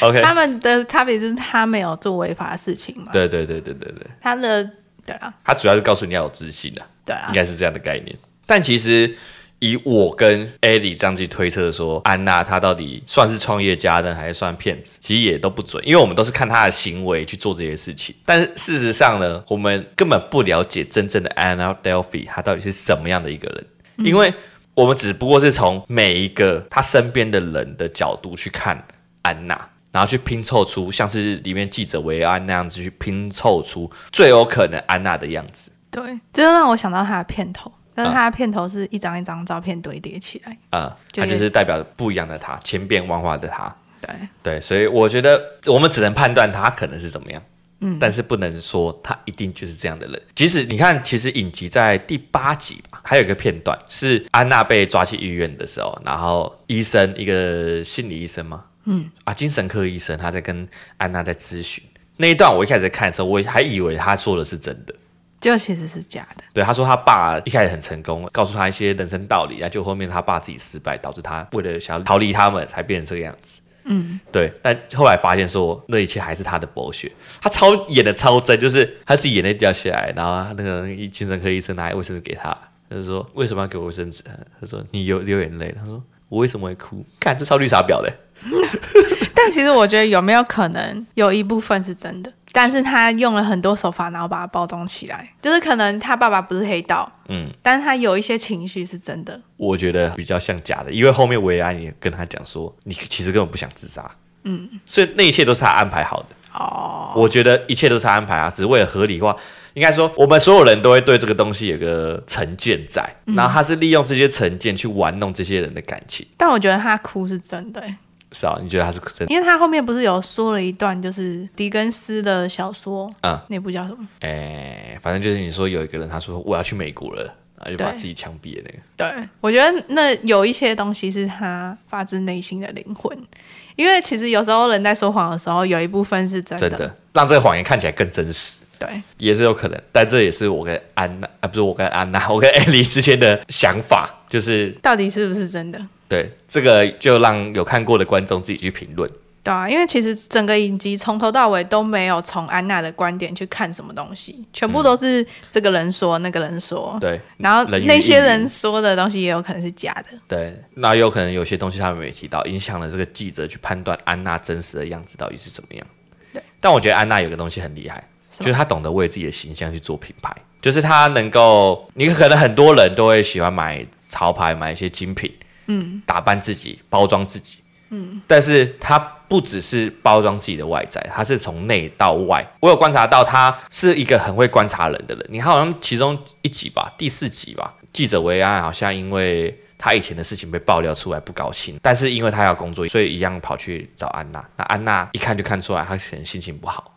Speaker 2: OK，
Speaker 1: 他们的差别就是他没有做违法的事情嘛，
Speaker 2: 对对对对对对，
Speaker 1: 他的对啊
Speaker 2: 她主要是告诉你要有自信的、
Speaker 1: 对啊
Speaker 2: 应，该是这样的概念。但其实以我跟艾 l 这样去推测说，安娜她到底算是创业家呢，还是算骗子，其实也都不准，因为我们都是看她的行为去做这些事情。但是事实上呢，我们根本不了解真正的安娜 Delphi 她到底是什么样的一个人，因为我们只不过是从每一个她身边的人的角度去看安娜。然后去拼凑出像是里面记者维安那样子去拼凑出最有可能安娜的样子。
Speaker 1: 对，这就让我想到他的片头，但是他的片头是一张一张照片堆叠起来，
Speaker 2: 啊，
Speaker 1: 就
Speaker 2: 它就是是代表不一样的他，千变万化的他。
Speaker 1: 对，
Speaker 2: 对，所以我觉得我们只能判断他可能是怎么样，嗯，但是不能说他一定就是这样的人。即使你看，其实影集在第八集吧，还有一个片段是安娜被抓去医院的时候，然后医生一个心理医生吗？嗯，啊，精神科医生他在跟安娜在咨询那一段，我一开始看的时候，我还以为他说的是真的。
Speaker 1: 就其实是假的，
Speaker 2: 对，他说他爸一开始很成功，告诉他一些人生道理，然后啊就后面他爸自己失败，导致他为了想要逃离他们，才变成这个样子。嗯，对。但后来发现说，那一切还是他的博学，他超演的超真，就是他自己眼泪掉下来，然后那个医精神科医生拿卫生纸给他，他就说为什么要给我卫生纸？他说你有流眼泪，他说我为什么会哭？看这超绿茶婊的，
Speaker 1: [laughs] 但其实我觉得有没有可能有一部分是真的，但是他用了很多手法，然后把它包装起来，就是可能他爸爸不是黑道，
Speaker 2: 嗯，
Speaker 1: 但是他有一些情绪是真的，
Speaker 2: 我觉得比较像假的，因为后面维安也跟他讲说，你其实根本不想自杀，嗯，所以那一切都是他安排好的。哦，我觉得一切都是他安排啊，只是为了合理化。应该说，我们所有人都会对这个东西有个成见在，然后他是利用这些成见去玩弄这些人的感情，
Speaker 1: 但我觉得他哭是真的欸、
Speaker 2: 是啊？你觉得他是真的？
Speaker 1: 因为他后面不是有说了一段，就是狄更斯的小说，
Speaker 2: 嗯，
Speaker 1: 那部叫什么？
Speaker 2: 哎、反正就是你说有一个人，他说我要去美国了，然后就把
Speaker 1: 对
Speaker 2: 自己枪毙的那个。
Speaker 1: 对，我觉得那有一些东西是他发自内心的灵魂，因为其实有时候人在说谎的时候，有一部分是真的，
Speaker 2: 真的让这个谎言看起来更真实，
Speaker 1: 对，
Speaker 2: 也是有可能。但这也是我跟安娜啊，不是我跟安娜，我 [laughs] 跟艾莉之间的想法，就是
Speaker 1: 到底是不是真的？
Speaker 2: 对这个就让有看过的观众自己去评论。
Speaker 1: 对啊，因为其实整个影集从头到尾都没有从安娜的观点去看什么东西，全部都是这个人说，那个人说，
Speaker 2: 对
Speaker 1: 然后
Speaker 2: 人云亦云
Speaker 1: 那些人说的东西也有可能是假的。
Speaker 2: 对，那有可能有些东西他们没提到，影响了这个记者去判断安娜真实的样子到底是怎么样。
Speaker 1: 对，
Speaker 2: 但我觉得安娜有个东西很厉害，
Speaker 1: 什
Speaker 2: 就
Speaker 1: 么
Speaker 2: 是她懂得为自己的形象去做品牌，就是她能够，你可能很多人都会喜欢买潮牌，买一些精品，嗯，打扮自己，包装自己，嗯，但是她不只是包装自己的外在，她是从内到外。我有观察到，她是一个很会观察人的人。你看，好像其中一集吧，第四集吧，记者维安好像因为。他以前的事情被爆料出来，不高兴，但是因为他要工作，所以一样跑去找安娜。那安娜一看就看出来，她可能心情不好，嗯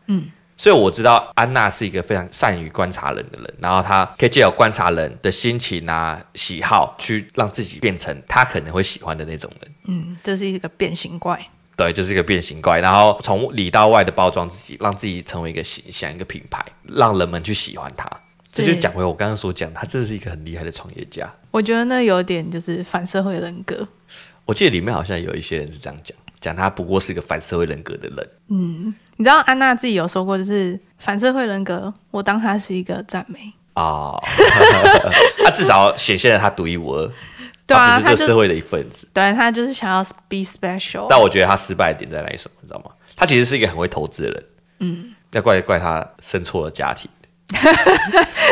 Speaker 2: 所以我知道安娜是一个非常善于观察人的人，然后她可以借由观察人的心情啊、喜好，去让自己变成她可能会喜欢的那种人。
Speaker 1: 嗯，这是一个变形怪。
Speaker 2: 对，就是一个变形怪，然后从里到外的包装自己，让自己成为一个形象、一个品牌，让人们去喜欢她。这就
Speaker 1: 对
Speaker 2: 讲回我刚刚所讲，她真的是一个很厉害的创业家。
Speaker 1: 我觉得那有点就是反社会人格。
Speaker 2: 我记得里面好像有一些人是这样讲，讲她不过是一个反社会人格的人。
Speaker 1: 你知道安娜自己有说过，就是反社会人格，我当她是一个赞美。
Speaker 2: [laughs] 哦，他啊至少显现了他独一无二，
Speaker 1: 对啊，
Speaker 2: 他
Speaker 1: 她
Speaker 2: 不是这个社
Speaker 1: 就
Speaker 2: 会的一份子。
Speaker 1: 对她就是想要 be special。
Speaker 2: 但我觉得他失败的点在哪里？什么？你知道吗？他其实是一个很会投资的人，嗯，要怪怪他生错了家庭。 [laughs]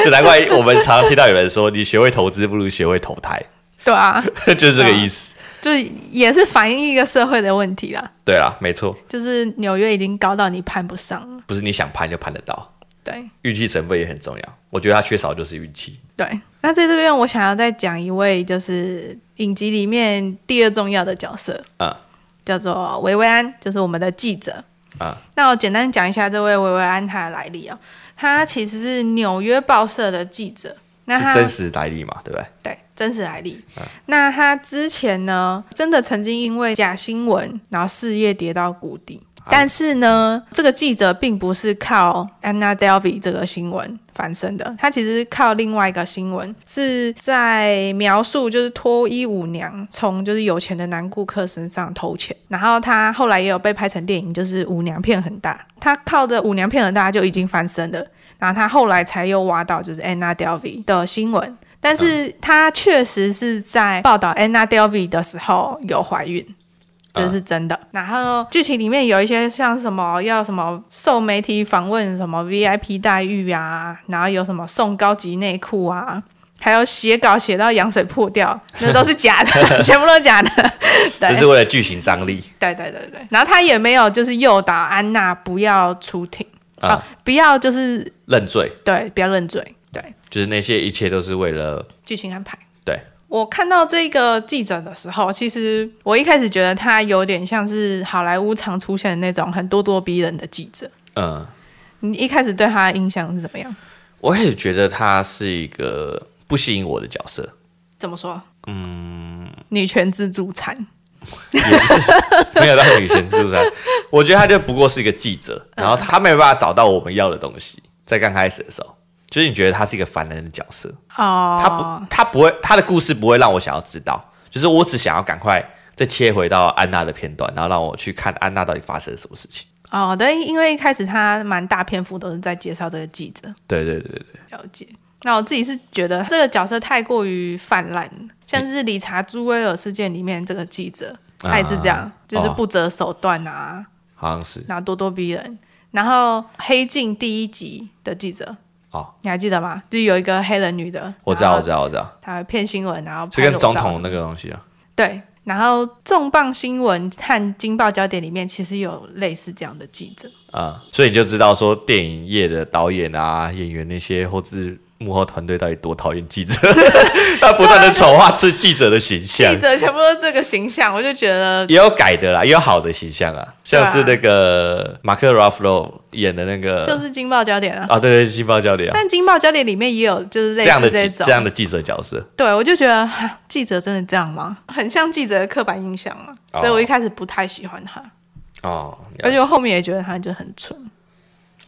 Speaker 2: 这难怪我们常常听到有人说，你学会投资不如学会投胎， [laughs]
Speaker 1: 对啊，
Speaker 2: 就是这个意思。
Speaker 1: 就是也是反映一个社会的问题啦。
Speaker 2: 对啦，没错，
Speaker 1: 就是纽约已经高到你攀不上了，
Speaker 2: 不是你想攀就攀得到，
Speaker 1: 对
Speaker 2: 运气成分也很重要。我觉得它缺少就是运气。
Speaker 1: 对。那在这边我想要再讲一位，就是影集里面第二重要的角色，
Speaker 2: 啊
Speaker 1: 叫做维维安，就是我们的记者。
Speaker 2: 啊
Speaker 1: 那我简单讲一下这位维维安他的来历哦，他其实是纽约报社的记者。那他
Speaker 2: 是真实来历嘛，对不对？
Speaker 1: 对，真实来历。那他之前呢，真的曾经因为假新闻，然后事业跌到谷底。但是呢，这个记者并不是靠 Anna Delvey 这个新闻翻身的，他其实是靠另外一个新闻，是在描述就是脱衣舞娘从就是有钱的男顾客身上偷钱，然后他后来也有被拍成电影，就是舞娘骗很大，他靠着舞娘骗很大就已经翻身了，然后他后来才又挖到就是 Anna Delvey 的新闻，但是她确实是在报道 Anna Delvey 的时候有怀孕。这是真的。然后剧情里面有一些像什么要什么受媒体访问什么 VIP 待遇啊，然后有什么送高级内裤啊，还有写稿写到羊水破掉，那都是假的，全部都是假的。对
Speaker 2: 这是为了剧情张力
Speaker 1: 对对对对。然后他也没有就是诱导安娜不要出庭啊、
Speaker 2: 啊，
Speaker 1: 不要就是
Speaker 2: 认罪
Speaker 1: 对，不要认罪，对
Speaker 2: 就是那些一切都是为了
Speaker 1: 剧情安排。
Speaker 2: 对
Speaker 1: 我看到这个记者的时候，其实我一开始觉得他有点像是好莱坞常出现的那种很咄咄逼人的记者。
Speaker 2: 嗯。
Speaker 1: 你一开始对他的印象是怎么样？
Speaker 2: 我也觉得他是一个不吸引我的角色，
Speaker 1: 怎么说？嗯，女权自助餐。
Speaker 2: 也不是 [laughs] 没有到女神自助餐。我觉得他就不过是一个记者，
Speaker 1: 嗯
Speaker 2: 然后他没有办法找到我们要的东西。在刚开始的时候，就是你觉得他是一个凡人的角色，他不
Speaker 1: 哦，，
Speaker 2: 他不会，他的故事不会让我想要知道，就是我只想要赶快再切回到安娜的片段，然后让我去看安娜到底发生了什么事情。
Speaker 1: 哦，对，因为一开始他蛮大篇幅都是在介绍这个记者，
Speaker 2: 对对对对，
Speaker 1: 了解。那我自己是觉得这个角色太过于泛滥，像是理查·朱威尔事件里面这个记者，他也是这样，
Speaker 2: 啊
Speaker 1: 就是
Speaker 2: 哦
Speaker 1: 不择手段啊，
Speaker 2: 好像是
Speaker 1: 然后咄咄逼人。然后《黑镜》第一集的记者，
Speaker 2: 哦，
Speaker 1: 你还记得吗？就是有一个黑人女的，
Speaker 2: 我知道我知道我知道，
Speaker 1: 她会骗新闻，然后
Speaker 2: 是
Speaker 1: 拍
Speaker 2: 跟
Speaker 1: 裸照
Speaker 2: 总
Speaker 1: 什么
Speaker 2: 统那个东西啊，
Speaker 1: 对。然后重磅新闻和惊爆焦点里面，其实有类似这样的记者。
Speaker 2: 啊、所以你就知道说电影业的导演啊、演员那些后置幕后团队到底多讨厌记者，
Speaker 1: [laughs]
Speaker 2: 他不断的丑化是记者的形象
Speaker 1: 记，者全部都这个形象，我就觉
Speaker 2: [laughs]
Speaker 1: 得
Speaker 2: 也有改的啦，也有好的形象啊，
Speaker 1: 对啊
Speaker 2: 像是那个马克·拉夫罗演的那个，
Speaker 1: 啊就是惊爆焦点啊。
Speaker 2: 啊，对对，新报教练、啊。
Speaker 1: 但惊爆焦点里面也有就是类
Speaker 2: 这样的
Speaker 1: 似
Speaker 2: 记
Speaker 1: 种，
Speaker 2: 这样的记者角色，
Speaker 1: 对我就觉得哈记者真的这样吗？很像记者的刻板印象啊，
Speaker 2: 哦
Speaker 1: 所以我一开始不太喜欢他，
Speaker 2: 哦，
Speaker 1: 而且我后面也觉得他就很蠢。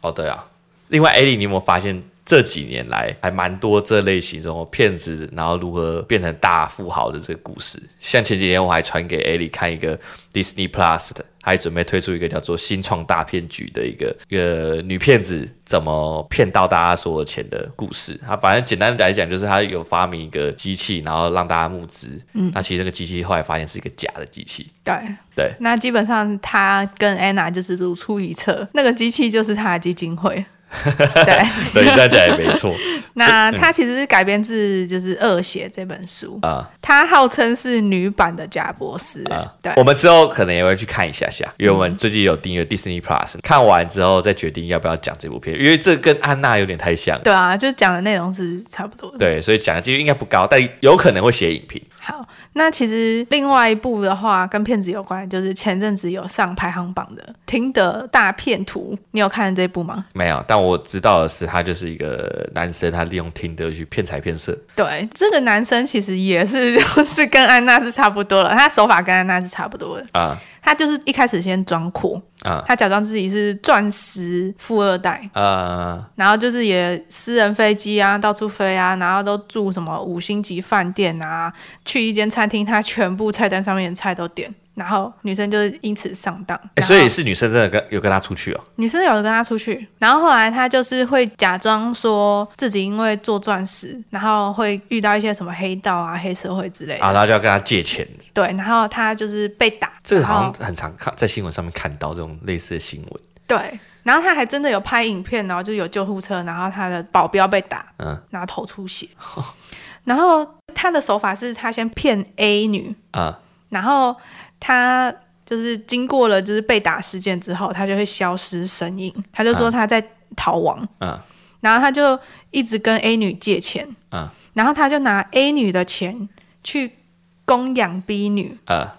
Speaker 2: 哦，对啊。另外，艾莉，你有没有发现这几年来还蛮多这类型这种骗子，然后如何变成大富豪的这个故事？像前几天我还传给艾莉看一个 Disney Plus 的，还准备推出一个叫做“新创大骗局”的一个一个女骗子怎么骗到大家所有钱的故事。她反正简单来讲，就是她有发明一个机器，然后让大家募资。嗯，那其实这个机器后来发现是一个假的机器。
Speaker 1: 对，
Speaker 2: 对，
Speaker 1: 那基本上他跟 Anna 就是如出一辙，那个机器就是他的基金
Speaker 2: [laughs]
Speaker 1: 会。对，
Speaker 2: 对，这样讲也没错
Speaker 1: 那他其实是改编自就是《恶血》这本书，
Speaker 2: 啊。
Speaker 1: 他号称是女版的贾博士。
Speaker 2: 啊，
Speaker 1: 对
Speaker 2: 我，们之后可能也会去看一下下，因为我们最近有订阅 Disney Plus，、看完之后再决定要不要讲这部片，因为这跟安娜有点太像了。
Speaker 1: 对啊，就讲的内容是差不多的。
Speaker 2: 对，所以讲的几率应该不高，但有可能会写影评。
Speaker 1: 好，那其实另外一部的话，跟骗子有关，就是前阵子有上排行榜的《听的大骗图》，你有看这部吗？
Speaker 2: 没有，但我知道的是，他就是一个男生，他利用听的去骗财骗色。
Speaker 1: 对，这个男生其实也是， [laughs] 就是跟安娜是差不多了，他手法跟安娜是差不多的。
Speaker 2: 啊
Speaker 1: 他就是一开始先装酷，
Speaker 2: 啊
Speaker 1: 他假装自己是钻石富二代，
Speaker 2: 啊
Speaker 1: 然后就是也私人飞机啊，到处飞啊，然后都住什么五星级饭店啊，去一间餐厅，他全部菜单上面的菜都点，然后女生就是因此上当。
Speaker 2: 欸
Speaker 1: 然后
Speaker 2: 所以是女生真的跟有跟他出去哦，
Speaker 1: 女生有跟他出去，然后后来他就是会假装说自己因为做钻石，然后会遇到一些什么黑道啊、黑社会之类的，
Speaker 2: 啊，然后就要跟他借钱。
Speaker 1: 对，然后他就是被打，
Speaker 2: 这个
Speaker 1: 然后
Speaker 2: 好像很常看在新闻上面看到这种类似的新闻，
Speaker 1: 对，然后他还真的有拍影片，然后就有救护车，然后他的保镖被打，
Speaker 2: 嗯
Speaker 1: 然后头出
Speaker 2: [laughs]
Speaker 1: 血，然后他的手法是他先骗 A 女，
Speaker 2: 啊
Speaker 1: 然后他就是经过了就是被打事件之后，他就会消失身影，他就说他在逃亡，
Speaker 2: 啊
Speaker 1: 然后他就一直跟 A 女借钱，
Speaker 2: 啊
Speaker 1: 然后他就拿 A 女的钱去供养 B 女，
Speaker 2: 啊，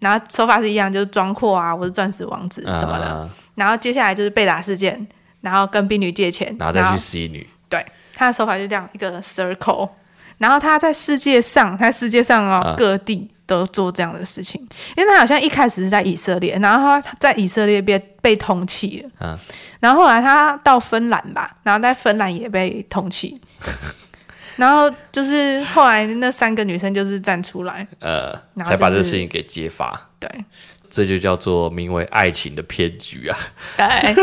Speaker 1: 然后手法是一样，就是装阔啊，我是钻石王子什么的，
Speaker 2: 啊，
Speaker 1: 然后接下来就是被打事件，然后跟 B 女借钱，
Speaker 2: 然后再去 C 女，
Speaker 1: 对，他的手法就这样一个 circle。然后他在世界上，他世界上哦、
Speaker 2: 嗯
Speaker 1: 各地都做这样的事情，因为他好像一开始是在以色列，然后他在以色列被被通缉了，
Speaker 2: 嗯
Speaker 1: 然后后来他到芬兰吧，然后在芬兰也被通缉，
Speaker 2: [laughs]
Speaker 1: 然后就是后来那三个女生就是站出来，
Speaker 2: 呃，
Speaker 1: 然后
Speaker 2: 才把
Speaker 1: 就
Speaker 2: 这
Speaker 1: 是
Speaker 2: 事情给揭发，
Speaker 1: 对
Speaker 2: 这就叫做名为爱情的骗局啊！
Speaker 1: 对，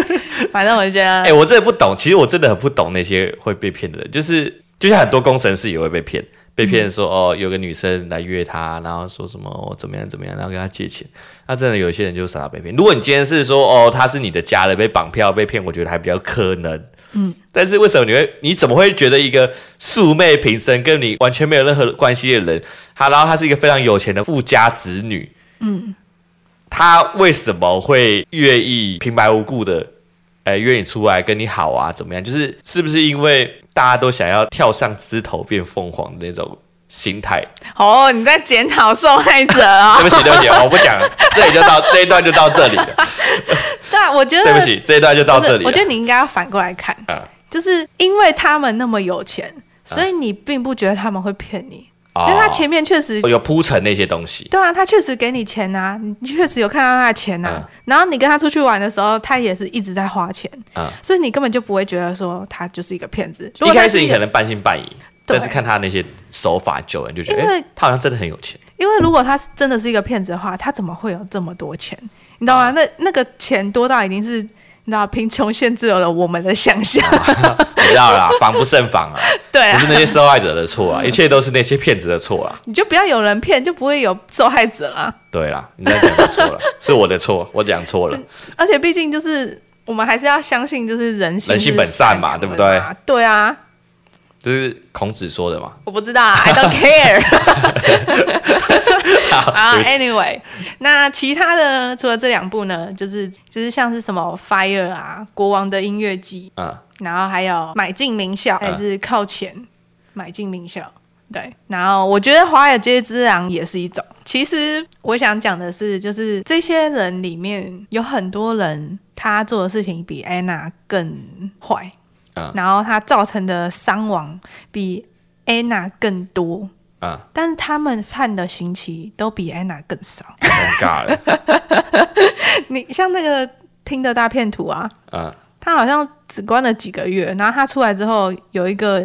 Speaker 1: 反正我觉得
Speaker 2: [laughs] 哎、我真的不懂，其实我真的很不懂那些会被骗的人，就是就像很多工程师也会被骗，被骗说、哦，有个女生来约他，然后说什么、哦、怎么样怎么样，然后跟他借钱。那真的有些人就傻傻被骗。如果你今天是说哦，他是你的家人被绑票被骗，我觉得还比较可能。嗯，但是为什么你会？你怎么会觉得一个素昧平生、跟你完全没有任何关系的人，他然后他是一个非常有钱的富家子女，他为什么会愿意平白无故的，哎，约你出来跟你好啊，怎么样？就是是不是因为大家都想要跳上枝头变凤凰的那种心态？
Speaker 1: [laughs] 哦，你在检讨受害者啊、
Speaker 2: 对不起，对不起，哦我不讲了，这里就到这一段就到这里了。
Speaker 1: [laughs] 对啊，我觉得
Speaker 2: 对不起，这一段就到
Speaker 1: 不是
Speaker 2: 这里啊了。
Speaker 1: 我觉得你应该要反过来看，
Speaker 2: 啊
Speaker 1: 就是因为他们那么有钱，所以你并不觉得他们会骗你，因为他前面确实
Speaker 2: 哦、有铺陈那些东西，
Speaker 1: 对啊，他确实给你钱啊，你确实有看到他的钱啊。
Speaker 2: 嗯
Speaker 1: 然后你跟他出去玩的时候，他也是一直在花钱，
Speaker 2: 嗯
Speaker 1: 所以你根本就不会觉得说他就是一个骗子。如
Speaker 2: 一
Speaker 1: 果他
Speaker 2: 开
Speaker 1: 是
Speaker 2: 始
Speaker 1: 一
Speaker 2: 你
Speaker 1: 个
Speaker 2: 可能半信半疑，
Speaker 1: 对
Speaker 2: 但是看他那些手法久了，你就觉得
Speaker 1: 因为
Speaker 2: 哎、他好像真的很有钱。
Speaker 1: 因为如果他是真的是一个骗子的话，他怎么会有这么多钱？你知
Speaker 2: 哦
Speaker 1: 道吗？那那个钱多到已经是你知道贫穷限制了我们的想象。
Speaker 2: [laughs] 你知道啦， [laughs] 防不胜防
Speaker 1: [laughs]
Speaker 2: 啊，
Speaker 1: 对
Speaker 2: 不是
Speaker 1: 啊，
Speaker 2: 那些受害者的错啊，一切都是那些骗子的错啊。
Speaker 1: 你就不要有人骗，就不会有受害者了。
Speaker 2: 对啦，你在讲错了，是我的错，我讲错
Speaker 1: [laughs]
Speaker 2: 了。
Speaker 1: 而且毕竟就是我们还是要相信，就是人性
Speaker 2: 人性
Speaker 1: 是
Speaker 2: 本善嘛
Speaker 1: 良的
Speaker 2: 对不对
Speaker 1: 嘛？对啊，
Speaker 2: 就是孔子说的嘛，
Speaker 1: 我不知道啊，I don't care 啊
Speaker 2: 对不。
Speaker 1: 哎
Speaker 2: 起
Speaker 1: Anyway，那其他的除了这两部呢，就是就是像是什么 Fire 啊，国王的音乐季，
Speaker 2: 嗯，
Speaker 1: 然后还有买进名校，还是靠钱买进名校。对，然后我觉得华尔街之狼也是一种。其实我想讲的是，就是这些人里面有很多人，他做的事情比安娜更坏，
Speaker 2: 嗯
Speaker 1: 然后他造成的伤亡比安娜更多，
Speaker 2: 嗯，
Speaker 1: 但是他们判的刑期都比安娜更少。 [laughs]
Speaker 2: 尴尬了，
Speaker 1: 你像那个听的大片图啊，
Speaker 2: 嗯，
Speaker 1: [laughs] 他好像只关了几个月，然后他出来之后有一个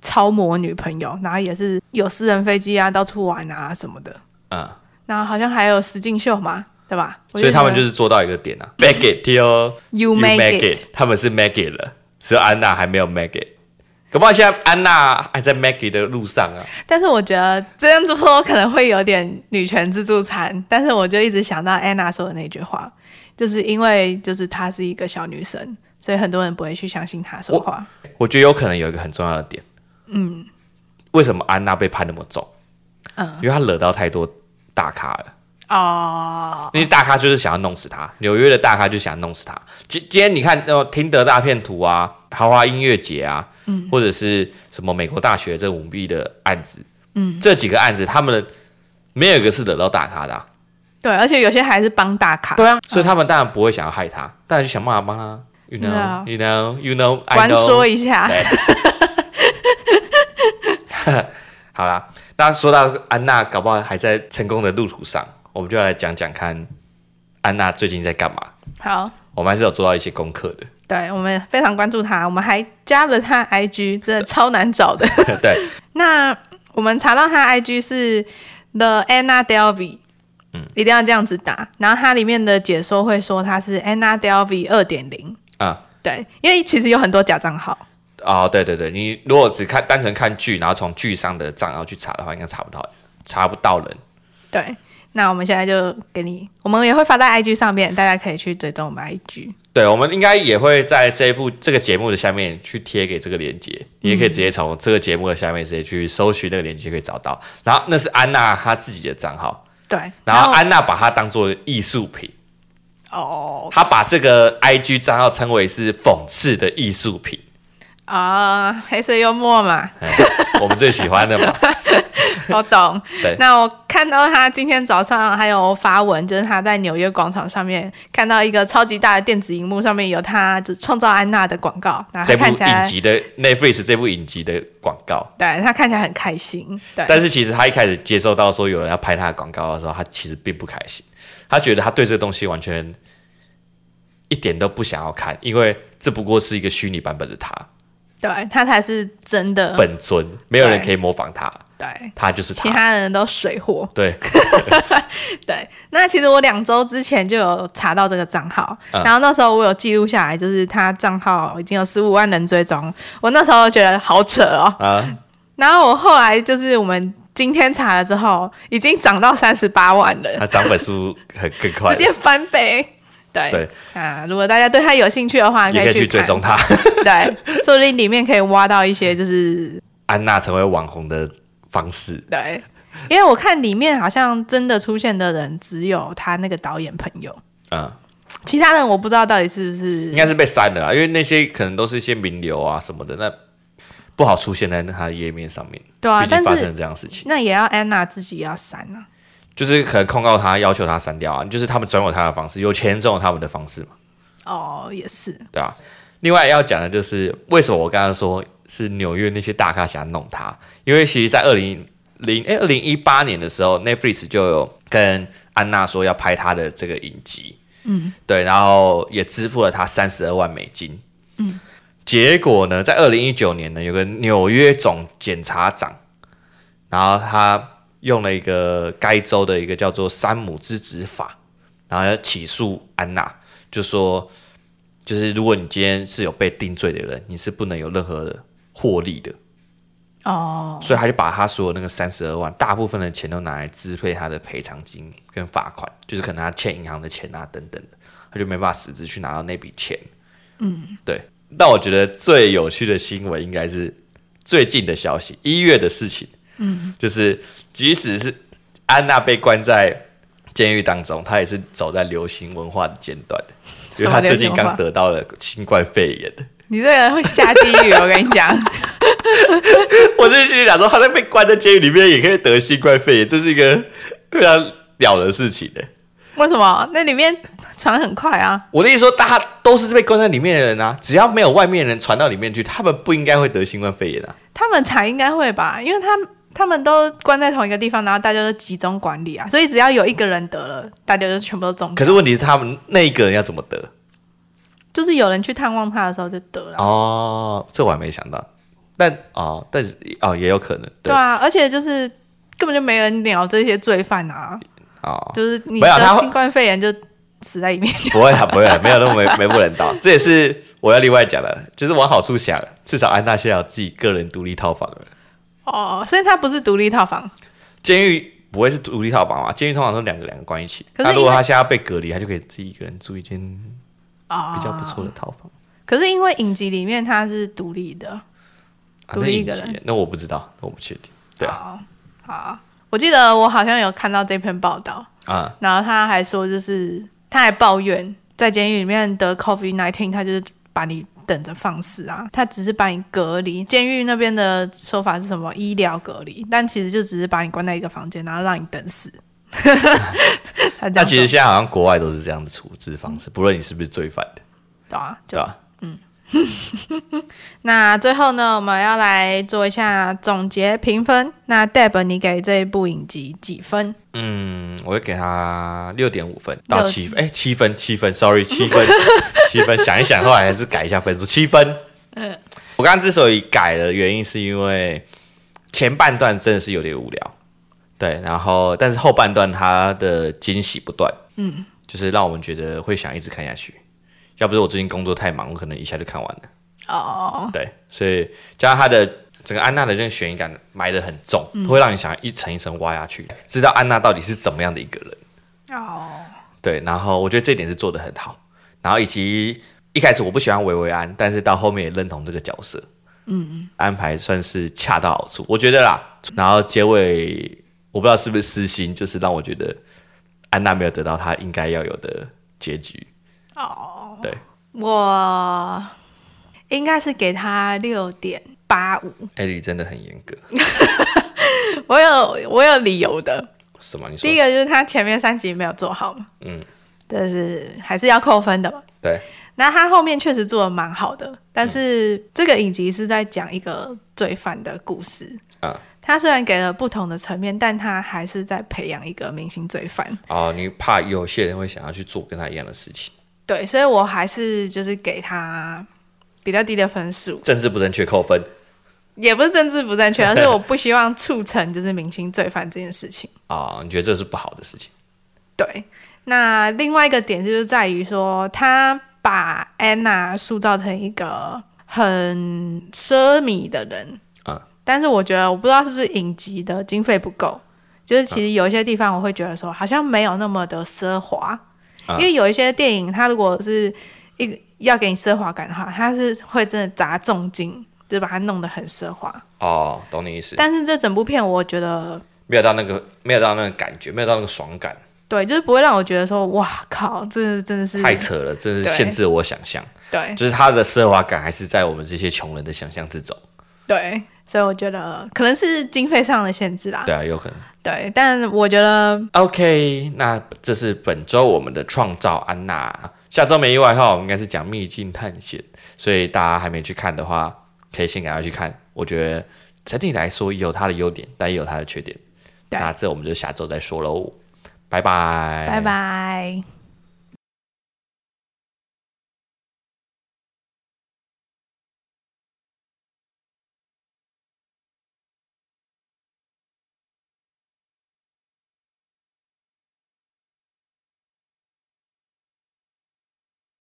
Speaker 1: 超模女朋友，然后也是有私人飞机啊，到处玩啊什么的，
Speaker 2: 嗯，
Speaker 1: 然后好像还有实境秀嘛，对吧？
Speaker 2: 所以他们就是是做到一个点啊，make it till
Speaker 1: you
Speaker 2: you
Speaker 1: make it，
Speaker 2: it，他们是 make it 了，只有安娜还没有 make it。搞不好现在安娜还在 make it 的路上啊，
Speaker 1: 但是我觉得这样做可能会有点女权自助餐，但是我就一直想到安娜说的那句话，就是因为就是她是一个小女生，所以很多人不会去相信她说话。
Speaker 2: 我觉得有可能有一个很重要的点，嗯，为什么安娜被判那么重？嗯，因为她惹到太多大咖了。
Speaker 1: 哦，
Speaker 2: 那些大咖就是想要弄死他，纽约的大咖就想弄死他。今今天你看，呃，听得大片图啊，豪华音乐节啊，嗯，或者是什么美国大学这舞弊的案子，嗯，这几个案子，他们的没有一个是惹到大咖的、啊，
Speaker 1: 对，而且有些还是帮大咖，
Speaker 2: 对啊，所以他们当然不会想要害他，当然就想办法帮他，you
Speaker 1: 对啊
Speaker 2: know，you know，you know，I
Speaker 1: 关
Speaker 2: know
Speaker 1: 说。一下，
Speaker 2: [laughs] 好啦，那说到安娜，搞不好还在成功的路途上，我们就来讲讲看安娜最近在干嘛。
Speaker 1: 好。
Speaker 2: 我们还是有做到一些功课的。 [laughs]
Speaker 1: 对，我们非常关注他，我们还加了他 IG，真的超难找的。 [laughs]
Speaker 2: 对，
Speaker 1: 那我们查到他 IG 是 The Anna Delvey，嗯，一定要这样子打。然后它里面的解说会说他是 Anna Delvey 二点零，
Speaker 2: 啊、
Speaker 1: 对，因为其实有很多假账号，
Speaker 2: 哦，对对对，你如果只看单纯看剧，然后从剧上的账号去查的话，应该查不到，查不到人。
Speaker 1: 对。那我们现在就给你，我们也会发在 IG 上面，大家可以去追踪我们 IG。
Speaker 2: 对，我们应该也会在这一部这个节目的下面去贴给这个链接，你也可以直接从这个节目的下面直接去搜寻那个链接，可以找到。然后那是安娜她自己的账号，
Speaker 1: 对，
Speaker 2: 然后安娜把它当做艺术品，
Speaker 1: 哦
Speaker 2: 她把这个 IG 账号称为是讽刺的艺术品，
Speaker 1: 啊、黑色幽默
Speaker 2: [laughs]
Speaker 1: 嘛，
Speaker 2: 哎我们最喜欢的嘛。
Speaker 1: 我懂
Speaker 2: 对。
Speaker 1: 那我看到他今天早上还有发文，就是他在纽约广场上面看到一个超级大的电子荧幕，上面有他就创造安娜的广告，然后
Speaker 2: 这
Speaker 1: 他
Speaker 2: 部
Speaker 1: 啊看起
Speaker 2: 影
Speaker 1: 来，
Speaker 2: 集的 Netflix 这部影集的广告，
Speaker 1: 对他看起来很开心，对，
Speaker 2: 但是其实他一开始接受到说有人要拍他的广告的时候，他其实并不开心，他觉得他对这个东西完全一点都不想要看，因为这不过是一个虚拟版本的他
Speaker 1: 对他才是真的，
Speaker 2: 本尊，没有人
Speaker 1: 嗯对
Speaker 2: 可以模仿他，
Speaker 1: 对，
Speaker 2: 他就是
Speaker 1: 其
Speaker 2: 他。
Speaker 1: 他人都水货。
Speaker 2: 对，
Speaker 1: 对，那其实我两周之前就有查到这个账号，
Speaker 2: 嗯
Speaker 1: 然后那时候我有记录下来，就是他账号已经有十五万人追踪，我那时候觉得好扯哦。
Speaker 2: 啊，
Speaker 1: 然后我后来就是我们今天查了之后，已经涨到三十八万了，
Speaker 2: 他涨粉速很更快
Speaker 1: 直，接翻倍。对
Speaker 2: 对
Speaker 1: 啊，如果大家对他有兴趣的话，
Speaker 2: 也可以
Speaker 1: 以
Speaker 2: 去
Speaker 1: 看
Speaker 2: 追踪。他。
Speaker 1: [laughs]
Speaker 2: [laughs]
Speaker 1: 对，说不定里面可以挖到一些就是
Speaker 2: 安娜成为网红的方式，
Speaker 1: 对，因为我看里面好像真的出现的人只有他那个导演朋友。
Speaker 2: 嗯，
Speaker 1: 其他人我不知道到底是不是
Speaker 2: 应该是被删了啦，啊因为那些可能都是一些名流啊什么的，那不好出现在他的页面上面。
Speaker 1: 对啊
Speaker 2: 毕，竟
Speaker 1: 但
Speaker 2: 发生了
Speaker 1: 是
Speaker 2: 这样的事情，
Speaker 1: 那也要安娜自己要删啊。
Speaker 2: 就是可能控告他，要求他删掉啊，就是他们总有他的方式，有钱人总有他们的方式嘛，
Speaker 1: 哦，也是，
Speaker 2: 对吧、另外要讲的就是为什么我刚刚说是纽约那些大咖想弄他，因为其实，在二零零哎二零一八年的时候，Netflix 就有跟安娜说要拍她的这个影集，嗯，对，然后也支付了她三十二万美金，嗯，结果呢，在二零一九年呢，有个纽约总检察长，然后他用了一个该州的一个叫做山姆之子法，然后要起诉安娜，就说就是如果你今天是有被定罪的人，你是不能有任何的获利的。
Speaker 1: 哦，
Speaker 2: 所以他就把他所有那个三十二万，大部分的钱都拿来支配他的赔偿金跟罚款，就是可能他欠银行的钱啊等等的，他就没办法实质去拿到那笔钱。嗯，对。但我觉得最有趣的新闻应该是最近的消息，一月的事情。嗯，就是即使是安娜被关在监狱当中，她也是走在流行文化的尖端的，因为她最近
Speaker 1: 什么流行文化
Speaker 2: 刚得到了新冠肺炎。
Speaker 1: 你这个人会下地狱，我跟你讲。 [laughs]
Speaker 2: 我就心里想说，他在被关在监狱里面也可以得新冠肺炎，这是一个非常屌的事情呢、欸
Speaker 1: 为什么？那里面传很快啊。
Speaker 2: 我的意思说，大家都是被关在里面的人啊，只要没有外面人传到里面去，他们不应该会得新冠肺炎啊。
Speaker 1: 他们才应该会吧，因为他他们都关在同一个地方，然后大家都集中管理啊，所以只要有一个人得了，大家就全部都中。
Speaker 2: 可是问题是，他们那一个人要怎么得？
Speaker 1: 就是有人去探望他的时候就得了。
Speaker 2: 哦，这我还没想到。但哦，但是哦，也有可能
Speaker 1: 对啊，而且就是根本就没人聊这些罪犯啊，
Speaker 2: 哦，
Speaker 1: 就是你
Speaker 2: 没有他
Speaker 1: 得
Speaker 2: 会
Speaker 1: 新冠肺炎就死在里
Speaker 2: [laughs]
Speaker 1: 面。
Speaker 2: 不会啊，不会啊，没有那么没没不人道。这也是我要另外讲的，就是往好处想，至少安娜现在有自己个人独立套房了。
Speaker 1: 哦，所以他不是独立套房，
Speaker 2: 监狱不会是独立套房嘛？监狱通常都两个两个关一起。
Speaker 1: 可是
Speaker 2: 那如
Speaker 1: 因
Speaker 2: 果
Speaker 1: 为
Speaker 2: 他现在被隔离，他就可以自己一个人住一间
Speaker 1: 啊
Speaker 2: 比较不错的套房。
Speaker 1: 可是因为影集里面他是独立的，
Speaker 2: 啊
Speaker 1: 独
Speaker 2: 那
Speaker 1: 立
Speaker 2: 影
Speaker 1: 一个
Speaker 2: 集
Speaker 1: 人
Speaker 2: 耶那我不知道，那我不确定。对啊，
Speaker 1: 好，好，我记得我好像有看到这篇报道，
Speaker 2: 啊，
Speaker 1: 然后他还说，就是他还抱怨在监狱里面得 COVID nineteen，他就是把你等着放肆啊，他只是把你隔离。监狱那边的说法是什么医疗隔离，但其实就只是把你关在一个房间，然后让你等死。 [laughs] 他这
Speaker 2: 那
Speaker 1: 样
Speaker 2: 其实
Speaker 1: 说，嗯
Speaker 2: 现在好像国外都是这样的处置方式，不论你是不是罪犯的，
Speaker 1: 对啊，就
Speaker 2: 对吧？
Speaker 1: 那最后呢，我们要来做一下总结评分。那 Deb，你给这一部影集几分？
Speaker 2: 嗯，我会给他六点五分到
Speaker 1: 六
Speaker 2: 七分，哎，七分，七分，sorry，七
Speaker 1: [laughs]
Speaker 2: 分，七分。想一想，后来还是改一下分数，七分。
Speaker 1: 嗯，
Speaker 2: 我刚刚之所以改的原因是因为前半段真的是有点无聊，对，然后但是后半段它的惊喜不断，嗯，就是让我们觉得会想一直看下去。要不是我最近工作太忙，我可能一下就看完了。
Speaker 1: 哦，
Speaker 2: 对，所以加上它的整个安娜的这个悬疑感埋得很重，
Speaker 1: 嗯
Speaker 2: 会让你想一层一层挖下去，知道安娜到底是怎么样的一个人。
Speaker 1: 哦，
Speaker 2: 对，然后我觉得这一点是做得很好。然后以及一开始我不喜欢维维安，但是到后面也认同这个角色，嗯，安排算是恰到好处，我觉得啦。然后结尾我不知道是不是私心，就是让我觉得安娜没有得到她应该要有的结局，
Speaker 1: 哦，
Speaker 2: 对。
Speaker 1: 我应该是给他六点八五，
Speaker 2: 艾莉真的很严格，
Speaker 1: 我有我有理由的。
Speaker 2: 什么？你说
Speaker 1: 第一个就是他前面三集没有做好嘛，
Speaker 2: 嗯，
Speaker 1: 但是还是要扣分的嘛。
Speaker 2: 对，
Speaker 1: 那他后面确实做的蛮好的，但是这个影集是在讲一个罪犯的故事。
Speaker 2: 啊，
Speaker 1: 他虽然给了不同的层面，但他还是在培养一个明星罪犯。
Speaker 2: 哦，你怕有些人会想要去做跟他一样的事情，
Speaker 1: 对，所以我还是就是给他比较低的分数，
Speaker 2: 政治不正确扣分。
Speaker 1: 也不是政治不正
Speaker 2: [laughs]
Speaker 1: 确，而是我不希望促成就是明星罪犯这件事情。
Speaker 2: 啊、你觉得这是不好的事情？
Speaker 1: 对，那另外一个点就是在于说，他把安娜塑造成一个很奢靡的人，
Speaker 2: 啊
Speaker 1: 但是我觉得我不知道是不是影集的经费不够，就是其实有一些地方我会觉得说好像没有那么的奢华，
Speaker 2: 啊
Speaker 1: 因为有一些电影它如果是一个要给你奢华感的话，它是会真的砸重金，就把它弄得很奢华。
Speaker 2: 哦，懂你意思，
Speaker 1: 但是这整部片我觉得
Speaker 2: 没有到那个，没有到那个感觉，没有到那个爽感，
Speaker 1: 对，就是不会让我觉得说哇靠，这真的是
Speaker 2: 太扯了，真是
Speaker 1: 对
Speaker 2: 限制了我想象。
Speaker 1: 对
Speaker 2: 就是他的奢华感还是在我们这些穷人的想象之中。
Speaker 1: 对，所以我觉得可能是经费上的限制啦。
Speaker 2: 对啊，有可能。
Speaker 1: 对，但我觉得
Speaker 2: OK，那这是本周我们的创造安娜。下周没意外的话，我们应该是讲秘境探险，所以大家还没去看的话，可以先赶快去看。我觉得整体来说有它的优点，但也有它的缺点。
Speaker 1: 对
Speaker 2: 那这我们就下周再说喽，拜拜，
Speaker 1: 拜拜。